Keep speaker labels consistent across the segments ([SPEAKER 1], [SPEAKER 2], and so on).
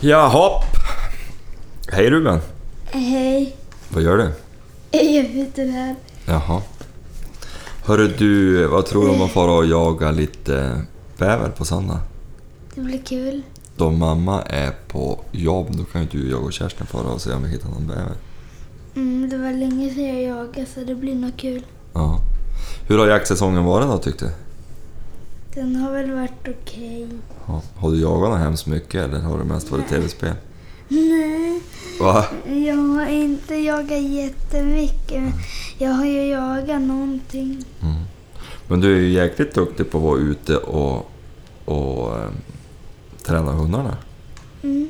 [SPEAKER 1] Jaha. Hej Ruben.
[SPEAKER 2] Hej,
[SPEAKER 1] Vad gör du?
[SPEAKER 2] jag heter här.
[SPEAKER 1] Jaha. Hörru du, vad tror du om att fara och jaga lite bäver på Sanna?
[SPEAKER 2] Det blir kul.
[SPEAKER 1] Då mamma är på jobb, då kan ju du, jag och Kerstin fara och se om vi hittar någon bäver.
[SPEAKER 2] Mm, det var länge sedan jag jagade så det blir nog kul.
[SPEAKER 1] Ja. Hur har jaktsäsongen varit då tyckte du?
[SPEAKER 2] Den har väl varit okej.
[SPEAKER 1] Ja. Har du jagat något hemskt mycket eller har det mest varit tv-spel?
[SPEAKER 2] Nej,
[SPEAKER 1] Va?
[SPEAKER 2] jag har inte jagat jättemycket. Men jag har ju jagat någonting.
[SPEAKER 1] Men du är ju jäkligt duktig på att vara ute och, och eh, träna hundarna.
[SPEAKER 2] Mm.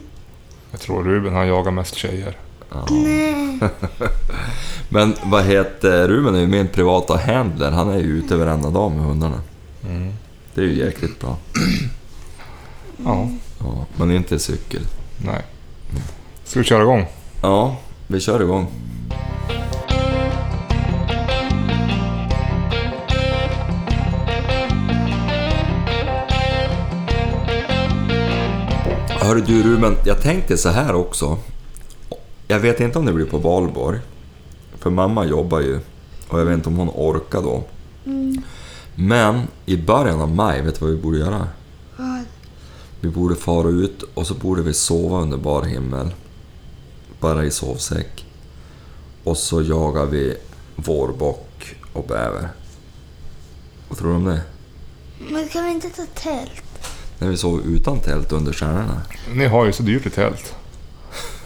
[SPEAKER 3] Jag tror Ruben han jagar mest tjejer.
[SPEAKER 1] Ja.
[SPEAKER 2] Nej,
[SPEAKER 1] Men vad heter Ruben är ju min privata handler. Han är ju ute varenda dag med hundarna.
[SPEAKER 3] Mm.
[SPEAKER 1] Det är ju jäkligt bra.
[SPEAKER 3] Ja,
[SPEAKER 1] Ja, men inte cykel.
[SPEAKER 3] nej. Ska vi köra igång?
[SPEAKER 1] Ja, vi kör igång. Hörru du Ruben, jag tänkte så här också. Jag vet inte om det blir på valborg. För mamma jobbar ju och jag vet inte om hon orkar då. Men i början av maj, vet du vad vi borde göra?
[SPEAKER 2] vad?
[SPEAKER 1] Vi borde fara ut och så borde vi sova under bar himmel. Bara i sovsäck. Och så jagar vi vårbock och bäver. Vad tror du om det?
[SPEAKER 2] Men kan vi inte ta tält?
[SPEAKER 1] När vi sover utan tält under stjärnorna.
[SPEAKER 3] Ni har ju så dyrt i tält.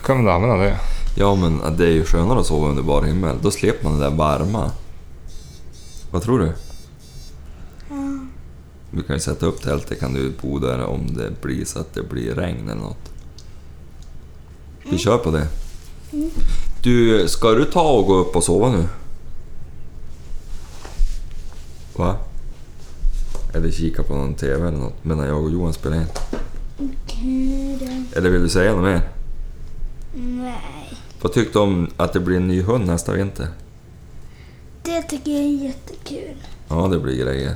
[SPEAKER 3] Kan väl använda det?
[SPEAKER 1] Ja men det är ju skönare att sova under bar himmel. Då slipper man det där varma. Vad tror du?
[SPEAKER 2] Ja.
[SPEAKER 1] Vi kan ju sätta upp tältet kan du bo där om det blir så att det blir regn eller något. Vi kör på det. Du, ska du ta och gå upp och sova nu? Va? Eller kika på någon TV eller något medan jag och Johan spelar in.
[SPEAKER 2] Okej då.
[SPEAKER 1] Eller vill du säga något mer?
[SPEAKER 2] Mm, Nej.
[SPEAKER 1] Vad tyckte du om att det blir en ny hund nästa vinter?
[SPEAKER 2] Det tycker jag är jättekul.
[SPEAKER 1] Ja, det blir grejer.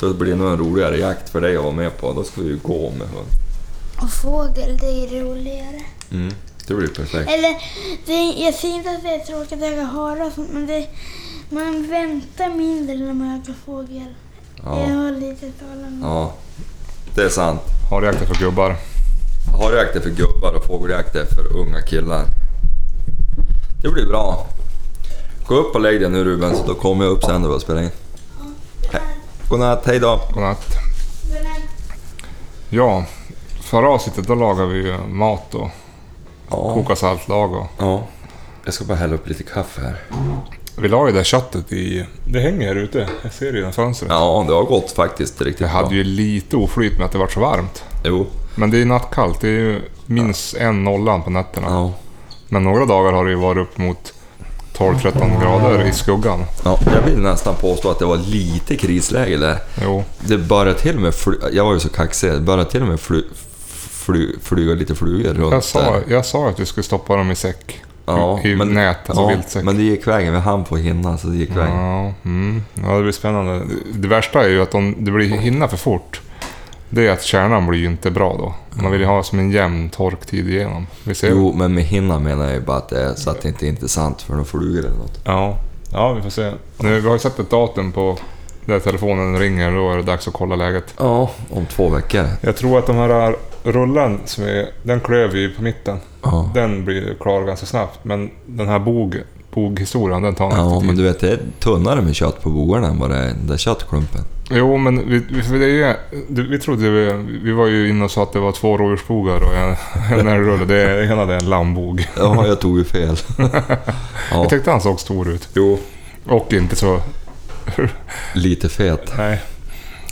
[SPEAKER 1] Då blir det nog en roligare jakt för dig att vara med på. Då ska vi ju gå med hund.
[SPEAKER 2] Och fågel, det är roligare.
[SPEAKER 1] Mm, det blir perfekt.
[SPEAKER 2] Eller, det är fint att det är tråkigt att jaga hare och sånt, men det, man väntar mindre när man jagar fågel. Jag
[SPEAKER 1] Ja,
[SPEAKER 2] har lite talande.
[SPEAKER 1] ja. Det är sant.
[SPEAKER 3] Harjakter för gubbar.
[SPEAKER 1] Harjakt är för gubbar och fågeljakt är för unga killar. Det blir bra. Gå upp och lägg dig nu Ruben, så då kommer jag upp sen och börjar spela in. Godnatt, hej då.
[SPEAKER 3] Godnatt. Ja, förra avsnittet då lagade vi ju mat och
[SPEAKER 1] Ja.
[SPEAKER 3] kokade saltlag och...
[SPEAKER 1] ja. Jag ska bara hälla upp lite kaffe här.
[SPEAKER 3] Vi la ju det köttet i... Det hänger här ute. Jag ser det genom fönstret.
[SPEAKER 1] Ja, det har gått faktiskt riktigt
[SPEAKER 3] Jag hade
[SPEAKER 1] bra.
[SPEAKER 3] ju lite oflyt med att det var så varmt.
[SPEAKER 1] Jo.
[SPEAKER 3] Men det är ju nattkallt. Det är ju minst en nollan på nätterna.
[SPEAKER 1] Ja.
[SPEAKER 3] Men några dagar har det ju varit upp mot 12-13 grader i skuggan.
[SPEAKER 1] ja. Jag vill nästan påstå att det var lite krisläge där.
[SPEAKER 3] Jo,
[SPEAKER 1] Det började till och med fly... Jag var ju så kaxig. Det började till och med fly... Fly... flyga lite flugor runt
[SPEAKER 3] jag sa,
[SPEAKER 1] där.
[SPEAKER 3] jag sa att vi skulle stoppa dem i säck.
[SPEAKER 1] Ja,
[SPEAKER 3] I
[SPEAKER 1] men-
[SPEAKER 3] nät, alltså
[SPEAKER 1] ja,
[SPEAKER 3] viltsäck.
[SPEAKER 1] Men det gick vägen. Vi hann på hinnan, så det gick vägen.
[SPEAKER 3] Ja, mm. ja, det blir spännande. Det- Det värsta är ju att om det blir hinna för fort, det är att kärnan blir ju inte bra då. Man vill ju ha som en jämn torktid igenom. Vi ser.
[SPEAKER 1] Jo, men med hinna menar jag ju bara att det är så att det inte är intressant för några flugor eller något.
[SPEAKER 3] Ja. ja, vi får se. Nu, vi har ju sett ett datum på där telefonen ringer, då är det dags att kolla läget.
[SPEAKER 1] Ja, om två veckor.
[SPEAKER 3] Jag tror att de här rullen, som är, den klöv vi ju på mitten.
[SPEAKER 1] Ja,
[SPEAKER 3] Den blir klar ganska snabbt, men den här bog, boghistorien, den tar
[SPEAKER 1] ja
[SPEAKER 3] tid.
[SPEAKER 1] men du vet, det är tunnare med kött på bogarna än vad det är i den där köttklumpen.
[SPEAKER 3] Jo, men vi, vi, för det är, det- vi trodde vi, vi var ju inne och sa att det var två rådjursbogar och en, en älgrulle. Det är- ena det är en lammbog.
[SPEAKER 1] Ja, jag tog ju fel. Ja,
[SPEAKER 3] Jag tyckte han såg stor ut.
[SPEAKER 1] jo.
[SPEAKER 3] Och inte så...
[SPEAKER 1] Lite fet.
[SPEAKER 3] Nej.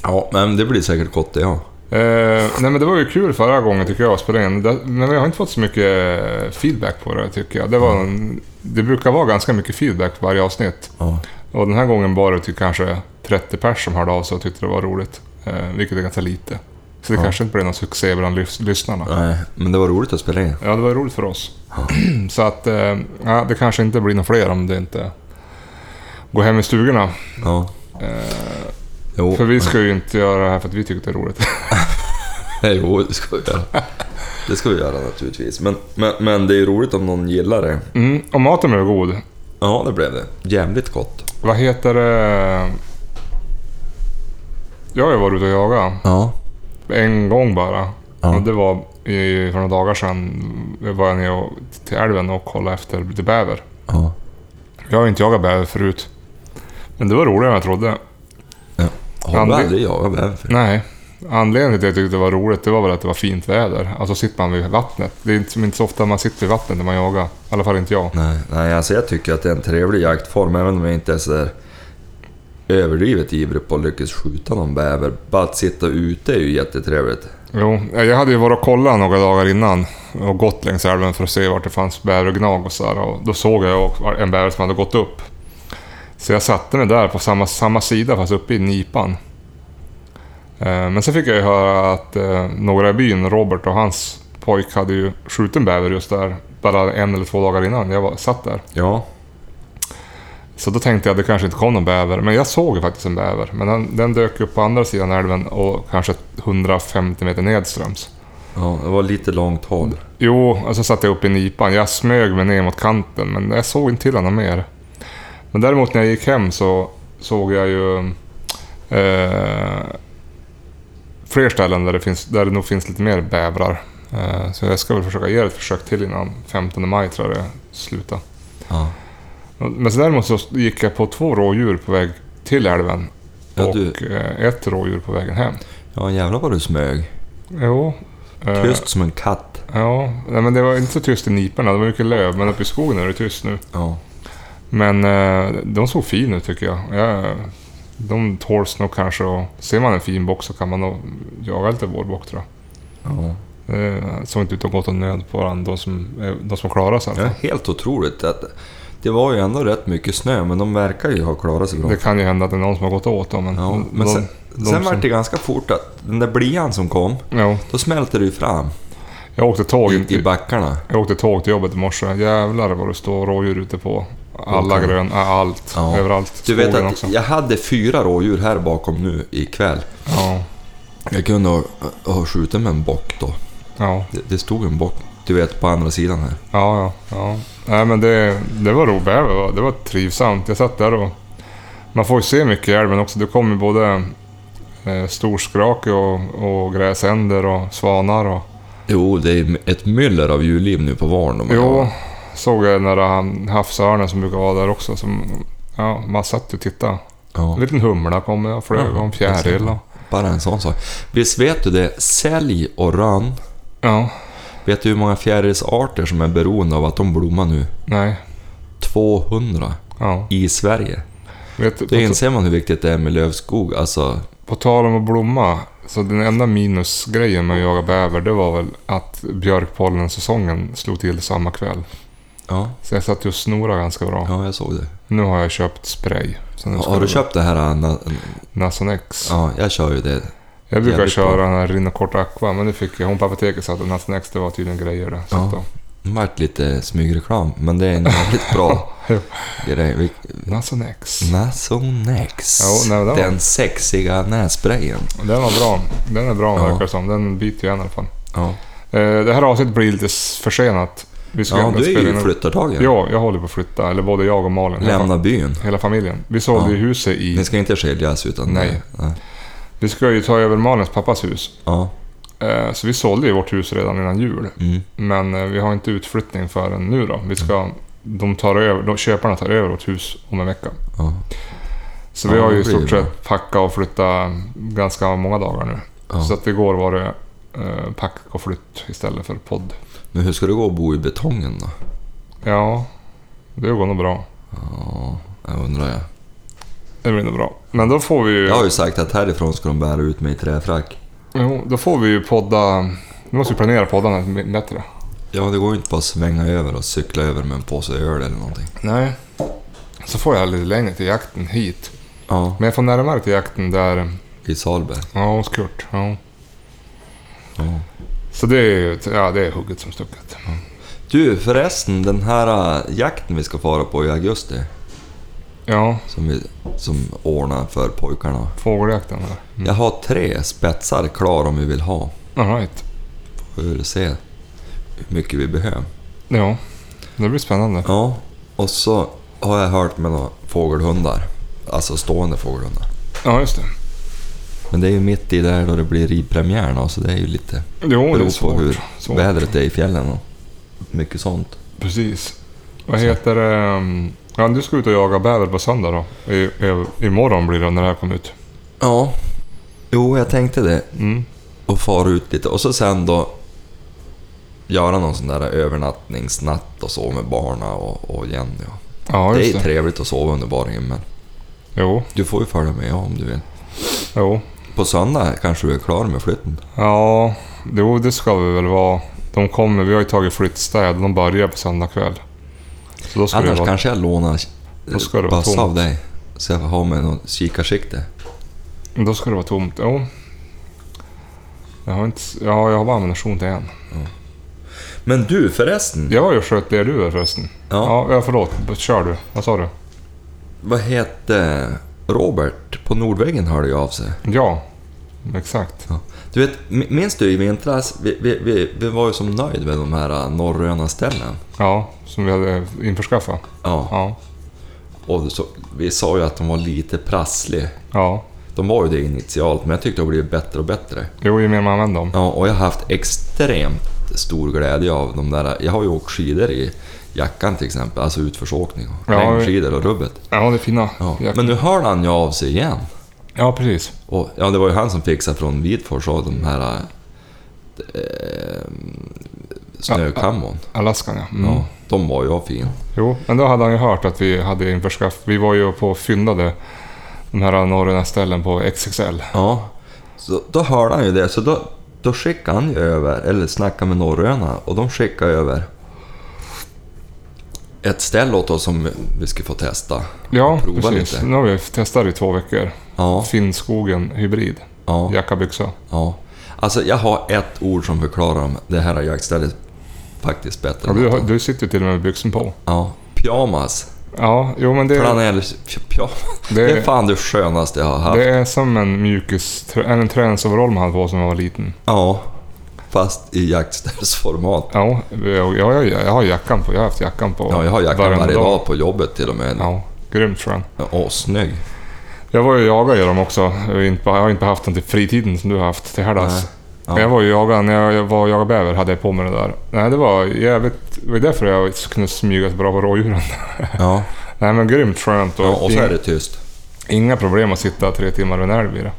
[SPEAKER 1] Ja, men det blir säkert gott det, ja.
[SPEAKER 3] Eh, nej men det var ju kul förra gången tycker jag att spela in. Det- Men vi har inte fått så mycket eh, feedback på det tycker jag. Det, var en,
[SPEAKER 1] Mm.
[SPEAKER 3] det brukar vara ganska mycket feedback på varje avsnitt.
[SPEAKER 1] Ja,
[SPEAKER 3] Och den här gången var det typ kanske 30 pers som hörde av sig och tyckte det var roligt. Eh, vilket är ganska lite. Så det
[SPEAKER 1] Ja.
[SPEAKER 3] kanske inte blev någon succé bland lys- lyssnarna.
[SPEAKER 1] nej, men det var roligt att spela in.
[SPEAKER 3] Ja, det var roligt för oss. Så att eh, ja, det kanske inte blir några fler om det inte går hem i stugorna.
[SPEAKER 1] Ja. Jo, Eh,
[SPEAKER 3] För vi ska ju inte göra det här för att vi tycker det är roligt.
[SPEAKER 1] jo, det ska vi göra. Det ska vi göra naturligtvis. Men, men, men det är ju roligt om någon gillar det.
[SPEAKER 3] Mm, och maten blev god.
[SPEAKER 1] Ja, det blev det. Jävligt gott.
[SPEAKER 3] Vad heter det? Jag har ju varit ute och jagat.
[SPEAKER 1] Ja.
[SPEAKER 3] En gång bara.
[SPEAKER 1] Ja.
[SPEAKER 3] Och det var i, för några dagar sedan. Jag var nere och, till älven och kollade efter lite bäver.
[SPEAKER 1] Ja.
[SPEAKER 3] Jag har ju inte jagat bäver förut. Men det var roligare än jag trodde.
[SPEAKER 1] Har du
[SPEAKER 3] Andy-
[SPEAKER 1] aldrig jagat bäver förut?
[SPEAKER 3] Nej. Anledningen till att jag tyckte det var roligt, det var väl att det var fint väder. Alltså sitter man vid vattnet. Det är inte, som inte så ofta man sitter vid vattnet när man jagar. I alla fall inte jag.
[SPEAKER 1] Nej, nej, alltså jag tycker att det är en trevlig jaktform, även om jag inte är så där överdrivet ivrig på att lyckas skjuta någon bäver. Bara att sitta ute är ju jättetrevligt.
[SPEAKER 3] Jo, jag hade ju varit och kollat några dagar innan och gått längs älven för att se vart det fanns bävergnag och sådär. Och då såg jag också en bäver som hade gått upp. Så jag satte mig där på samma, samma sida fast uppe i nipan. Eh, Men sen fick jag ju höra att eh, några i byn, Robert och hans pojk, hade ju skjutit en bäver just där. Bara en eller två dagar innan jag var, satt där.
[SPEAKER 1] Ja.
[SPEAKER 3] Så då tänkte jag att det kanske inte kom någon bäver, men jag såg ju faktiskt en bäver. Men den, den dök upp på andra sidan älven och kanske 150 meter nedströms.
[SPEAKER 1] ja, det var lite långt håll.
[SPEAKER 3] Jo, och så satte jag upp i nipan. Jag smög mig ner mot kanten, men jag såg inte till honom mer. Men däremot när jag gick hem så såg jag ju eh, fler ställen där det, finns, där det nog finns lite mer bävrar. Eh, så jag ska väl försöka ge det ett försök till innan 15 maj tror jag det slutar.
[SPEAKER 1] Ja.
[SPEAKER 3] Men så däremot så gick jag på två rådjur på väg till älven
[SPEAKER 1] Ja,
[SPEAKER 3] och
[SPEAKER 1] du,
[SPEAKER 3] eh, ett rådjur på vägen hem.
[SPEAKER 1] ja, jävlar vad du smög.
[SPEAKER 3] Jo. eh,
[SPEAKER 1] Tyst som en katt.
[SPEAKER 3] Ja, nej, men det var inte så tyst i niporna. Det var mycket löv, men uppe i skogen är det tyst nu.
[SPEAKER 1] Ja.
[SPEAKER 3] Men eh, de såg fina ut tycker jag. jag de tåls nog kanske och Ser man en fin bock så kan man nog jaga lite vårbock tror
[SPEAKER 1] ja.
[SPEAKER 3] jag. Eh, såg inte ut att gått och nöd på varandra, de som, eh, de som klarar sig. i
[SPEAKER 1] Det är
[SPEAKER 3] alla fall.
[SPEAKER 1] Alltså, helt otroligt att... Det var ju ändå rätt mycket snö, men de verkar ju ha klarat sig bra.
[SPEAKER 3] Det kan ju hända att det är någon som har gått åt dem. Men
[SPEAKER 1] Ja,
[SPEAKER 3] de,
[SPEAKER 1] men sen,
[SPEAKER 3] de
[SPEAKER 1] sen
[SPEAKER 3] som-
[SPEAKER 1] vart det ganska fort att den där blian som kom,
[SPEAKER 3] ja,
[SPEAKER 1] då smälte det ju fram
[SPEAKER 3] jag, åkte tåg,
[SPEAKER 1] i, i backarna.
[SPEAKER 3] jag åkte tåg till jobbet i morse. Jävlar vad det står rådjur ute på alla
[SPEAKER 1] Okej.
[SPEAKER 3] grön, äh, allt,
[SPEAKER 1] Ja.
[SPEAKER 3] överallt.
[SPEAKER 1] Du vet
[SPEAKER 3] Skogen
[SPEAKER 1] att
[SPEAKER 3] också.
[SPEAKER 1] jag hade fyra rådjur här bakom nu ikväll.
[SPEAKER 3] Ja,
[SPEAKER 1] Jag kunde ha, ha skjutit med en bock då.
[SPEAKER 3] ja.
[SPEAKER 1] Det, det stod en bock, du vet, på andra sidan här.
[SPEAKER 3] Ja, ja. ja. Nej, men det, det var roligt. Det var, det var trivsamt. Jag satt där och... Man får ju se mycket i älven också. Det kommer både eh, storskrake och, och gräsänder och svanar. Och,
[SPEAKER 1] Jo, det är ett myller av djurliv nu på Varn. om jag-
[SPEAKER 3] jo, såg jag den där han- havsörnen som brukar vara där också. Som, ja, man satt ju och tittade.
[SPEAKER 1] Ja.
[SPEAKER 3] En liten humla kom och flög och en fjäril. Och,
[SPEAKER 1] Bara en sån sak. Visst vet du det? Sälj och rönn.
[SPEAKER 3] ja,
[SPEAKER 1] Vet du hur många fjärilsarter som är beroende av att de blommar nu?
[SPEAKER 3] nej.
[SPEAKER 1] 200
[SPEAKER 3] Ja.
[SPEAKER 1] i Sverige.
[SPEAKER 3] Vet, du,
[SPEAKER 1] Då
[SPEAKER 3] på,
[SPEAKER 1] inser man hur viktigt det är med lövskog. Alltså,
[SPEAKER 3] på tal om att blomma. Så den enda minusgrejen med att jaga bäver det var väl att björkpollensäsongen slog till samma kväll.
[SPEAKER 1] ja,
[SPEAKER 3] Så jag satt ju och snorade ganska bra.
[SPEAKER 1] ja, jag såg det.
[SPEAKER 3] Nu har jag köpt spray. Så nu
[SPEAKER 1] Ja,
[SPEAKER 3] ska
[SPEAKER 1] har du
[SPEAKER 3] jag-
[SPEAKER 1] köpt det här? Anna?
[SPEAKER 3] Nasonex.
[SPEAKER 1] Ja, jag kör ju det.
[SPEAKER 3] jag brukar
[SPEAKER 1] jävligt
[SPEAKER 3] köra
[SPEAKER 1] bra.
[SPEAKER 3] den här Rinocort Aqua, men nu fick jag... Hon på apoteket sa att Nasonex, det var tydligen grejer det. Så
[SPEAKER 1] Ja.
[SPEAKER 3] att då,
[SPEAKER 1] Det vart lite smygreklam, men det är en jävligt bra
[SPEAKER 3] Jo.
[SPEAKER 1] grej. Vi-
[SPEAKER 3] Nasonex.
[SPEAKER 1] Nasonex.
[SPEAKER 3] Jo, nej, men den var-
[SPEAKER 1] den sexiga nässprayen.
[SPEAKER 3] Den var bra. Den är bra
[SPEAKER 1] Ja.
[SPEAKER 3] verkar det som. Den biter ju en i alla fall.
[SPEAKER 1] Ja.
[SPEAKER 3] Eh, det här avsnittet blir lite s- försenat. Vi ska
[SPEAKER 1] ja,
[SPEAKER 3] egentligen
[SPEAKER 1] du är
[SPEAKER 3] spela
[SPEAKER 1] ju
[SPEAKER 3] in-
[SPEAKER 1] flyttartagen.
[SPEAKER 3] Ja, jag håller på att flytta. Eller både jag och Malin. Hela,
[SPEAKER 1] Lämna byn.
[SPEAKER 3] hela familjen. Vi sålde
[SPEAKER 1] Ja.
[SPEAKER 3] ju huset i...
[SPEAKER 1] Ni ska inte skiljas utan...
[SPEAKER 3] Nej.
[SPEAKER 1] nej.
[SPEAKER 3] Vi ska ju ta över Malins pappas hus.
[SPEAKER 1] Ja.
[SPEAKER 3] Eh, så vi sålde ju vårt hus redan innan jul.
[SPEAKER 1] Mm.
[SPEAKER 3] Men eh, vi har inte utflyttning förrän nu då. Vi ska, de tar över, de, köparna tar över vårt hus om en vecka.
[SPEAKER 1] Ja.
[SPEAKER 3] Så
[SPEAKER 1] Ja,
[SPEAKER 3] vi har
[SPEAKER 1] det
[SPEAKER 3] ju i
[SPEAKER 1] blir
[SPEAKER 3] stort
[SPEAKER 1] bra.
[SPEAKER 3] sett packat och flyttat ganska många dagar nu.
[SPEAKER 1] Ja.
[SPEAKER 3] Så att igår var det eh, pack och flytt istället för podd.
[SPEAKER 1] Men hur ska det gå att bo i betongen då?
[SPEAKER 3] Ja, det går nog bra.
[SPEAKER 1] Ja, jag undrar jag.
[SPEAKER 3] Det blir nog bra. Men då får vi ju,
[SPEAKER 1] Jag har ju sagt att härifrån ska de bära ut mig i träfrack.
[SPEAKER 3] jo, då får vi ju podda... Nu måste vi planera poddarna m- bättre.
[SPEAKER 1] Ja, det går ju inte bara att svänga över och cykla över med en påse öl eller någonting.
[SPEAKER 3] Nej. Så får jag lite längre till jakten hit.
[SPEAKER 1] Ja.
[SPEAKER 3] Men jag får närmare till jakten där...
[SPEAKER 1] I Salberg.
[SPEAKER 3] Ja, hos Kurt. Ja.
[SPEAKER 1] Ja.
[SPEAKER 3] Så det är ju ja, det är hugget som stucket.
[SPEAKER 1] Du förresten, den här äh, jakten vi ska fara på i augusti.
[SPEAKER 3] Ja,
[SPEAKER 1] Som vi som ordnar för pojkarna.
[SPEAKER 3] fågeljakten eller?
[SPEAKER 1] Jag har tre spetsar klar om vi vill ha.
[SPEAKER 3] All right.
[SPEAKER 1] Får vi väl se hur mycket vi behöver.
[SPEAKER 3] Ja, det blir spännande.
[SPEAKER 1] Ja, och så har jag hört med några fågelhundar. Alltså stående fågelhundar.
[SPEAKER 3] Ja, just det.
[SPEAKER 1] Men det är ju mitt i där då det blir ridpremiär då, så det är ju lite
[SPEAKER 3] Jo, det är
[SPEAKER 1] beror på
[SPEAKER 3] svårt.
[SPEAKER 1] hur
[SPEAKER 3] svårt.
[SPEAKER 1] vädret är i fjällen och mycket sånt.
[SPEAKER 3] Precis. Vad heter det? ehm, Ja, du ska ut och jaga bäver på söndag då. I, i, imorgon blir det när det här kommer ut.
[SPEAKER 1] Ja, jo jag tänkte det.
[SPEAKER 3] Mm.
[SPEAKER 1] Och fara ut lite och så sen då göra någon sån där övernattningsnatt och så med barna och, och Jenny. Och.
[SPEAKER 3] Ja,
[SPEAKER 1] det är
[SPEAKER 3] just
[SPEAKER 1] ju
[SPEAKER 3] det.
[SPEAKER 1] trevligt att sova under bar himmel.
[SPEAKER 3] Jo,
[SPEAKER 1] Du får ju följa med om du vill.
[SPEAKER 3] jo.
[SPEAKER 1] På söndag kanske du är klar med flytten.
[SPEAKER 3] Ja, jo, det ska vi väl vara. De kommer, vi har ju tagit flyttstäd. De börjar på söndag kväll. Så då ska det
[SPEAKER 1] Annars
[SPEAKER 3] vara...
[SPEAKER 1] kanske jag lånar
[SPEAKER 3] Då ska det vara
[SPEAKER 1] pass
[SPEAKER 3] tomt.
[SPEAKER 1] av dig. Så jag har med något kikarsikte.
[SPEAKER 3] Då ska det vara tomt. Jo. Jag har inte... Ja, jag har bara ammunition till en.
[SPEAKER 1] Men du förresten.
[SPEAKER 3] Jag har ju sköt lerduvor förresten.
[SPEAKER 1] Ja.
[SPEAKER 3] Ja. ja, förlåt. Kör du. Vad sa du?
[SPEAKER 1] Vad hette Robert? På Nordväggen hörde jag av sig.
[SPEAKER 3] Ja, exakt.
[SPEAKER 1] Ja. Du vet, min- minns du i vintras? Vi, vi, vi, vi var ju som nöjd med de här äh, norröna ställen.
[SPEAKER 3] Ja, som vi hade införskaffat.
[SPEAKER 1] Ja.
[SPEAKER 3] Ja,
[SPEAKER 1] Och så, vi sa ju att de var lite prassliga.
[SPEAKER 3] ja.
[SPEAKER 1] De var ju det initialt, men jag tyckte det blev bättre och bättre.
[SPEAKER 3] Jo, ju mer man använder dem.
[SPEAKER 1] Ja, och jag har haft extremt stor glädje av de där. äh, Jag har ju åkt skidor i jackan till exempel, alltså utförsåkning. och
[SPEAKER 3] Ja,
[SPEAKER 1] Längdskidor och rubbet.
[SPEAKER 3] Ja, det är fina.
[SPEAKER 1] Ja.
[SPEAKER 3] Ja,
[SPEAKER 1] Men nu hör han ju av sig igen.
[SPEAKER 3] ja precis.
[SPEAKER 1] Och, ja, det var ju han som fixade från Vidfors och de här... Eh, snökammon.
[SPEAKER 3] Alaskan, ja. Mm.
[SPEAKER 1] Ja, de var ju fin.
[SPEAKER 3] Jo, men då hade han ju hört att vi hade införskaffat... Vi var ju på och fyndade de här norröna ställen på XXL.
[SPEAKER 1] Ja. Så, då hörde han ju det, så då, då skickade han ju över, eller snackade med norröna och de skickade över ett ställe åt oss som vi skulle få testa.
[SPEAKER 3] Ja,
[SPEAKER 1] Prova
[SPEAKER 3] precis.
[SPEAKER 1] lite.
[SPEAKER 3] Nu har vi testat i två veckor.
[SPEAKER 1] Ja,
[SPEAKER 3] Finnskogen hybrid.
[SPEAKER 1] ja,
[SPEAKER 3] Jacka, byxa.
[SPEAKER 1] ja. Alltså jag har ett ord som förklarar om det här jaktstället faktiskt bättre.
[SPEAKER 3] Ja,
[SPEAKER 1] än
[SPEAKER 3] du,
[SPEAKER 1] något
[SPEAKER 3] har-
[SPEAKER 1] annat.
[SPEAKER 3] du sitter ju till och med med byxen på.
[SPEAKER 1] ja. Pyjamas.
[SPEAKER 3] Ja, jo men det...
[SPEAKER 1] Flanell... py- Pyjamas.
[SPEAKER 3] Det-
[SPEAKER 1] Det är fan det skönaste jag har haft.
[SPEAKER 3] Det är som en mjukis... eller En träningsoverall man hade på sig när man var liten.
[SPEAKER 1] Ja, fast i jaktställsformat.
[SPEAKER 3] Ja, jag, jag, jag har jackan på. Jag har haft jackan på
[SPEAKER 1] Ja, jag har jackan
[SPEAKER 3] varenda
[SPEAKER 1] varje dag på jobbet till och med. Ja.
[SPEAKER 3] Ja, grymt skön.
[SPEAKER 1] Åh, snygg.
[SPEAKER 3] Jag var ju och jagade i dem också. Jag har ju inte, jag har inte haft den till fritiden som du har haft till helgas.
[SPEAKER 1] Nej. Ja.
[SPEAKER 3] Men Jag var ju och jagade, när jag var och jagade bäver hade jag på mig det där. Nej, det var jävligt... Det var därför jag kunde smyga så bra på rådjuren.
[SPEAKER 1] Ja.
[SPEAKER 3] Nej men grymt skönt och,
[SPEAKER 1] ja, och så
[SPEAKER 3] ing-
[SPEAKER 1] är det tyst.
[SPEAKER 3] inga problem att sitta tre timmar vid en älv i det.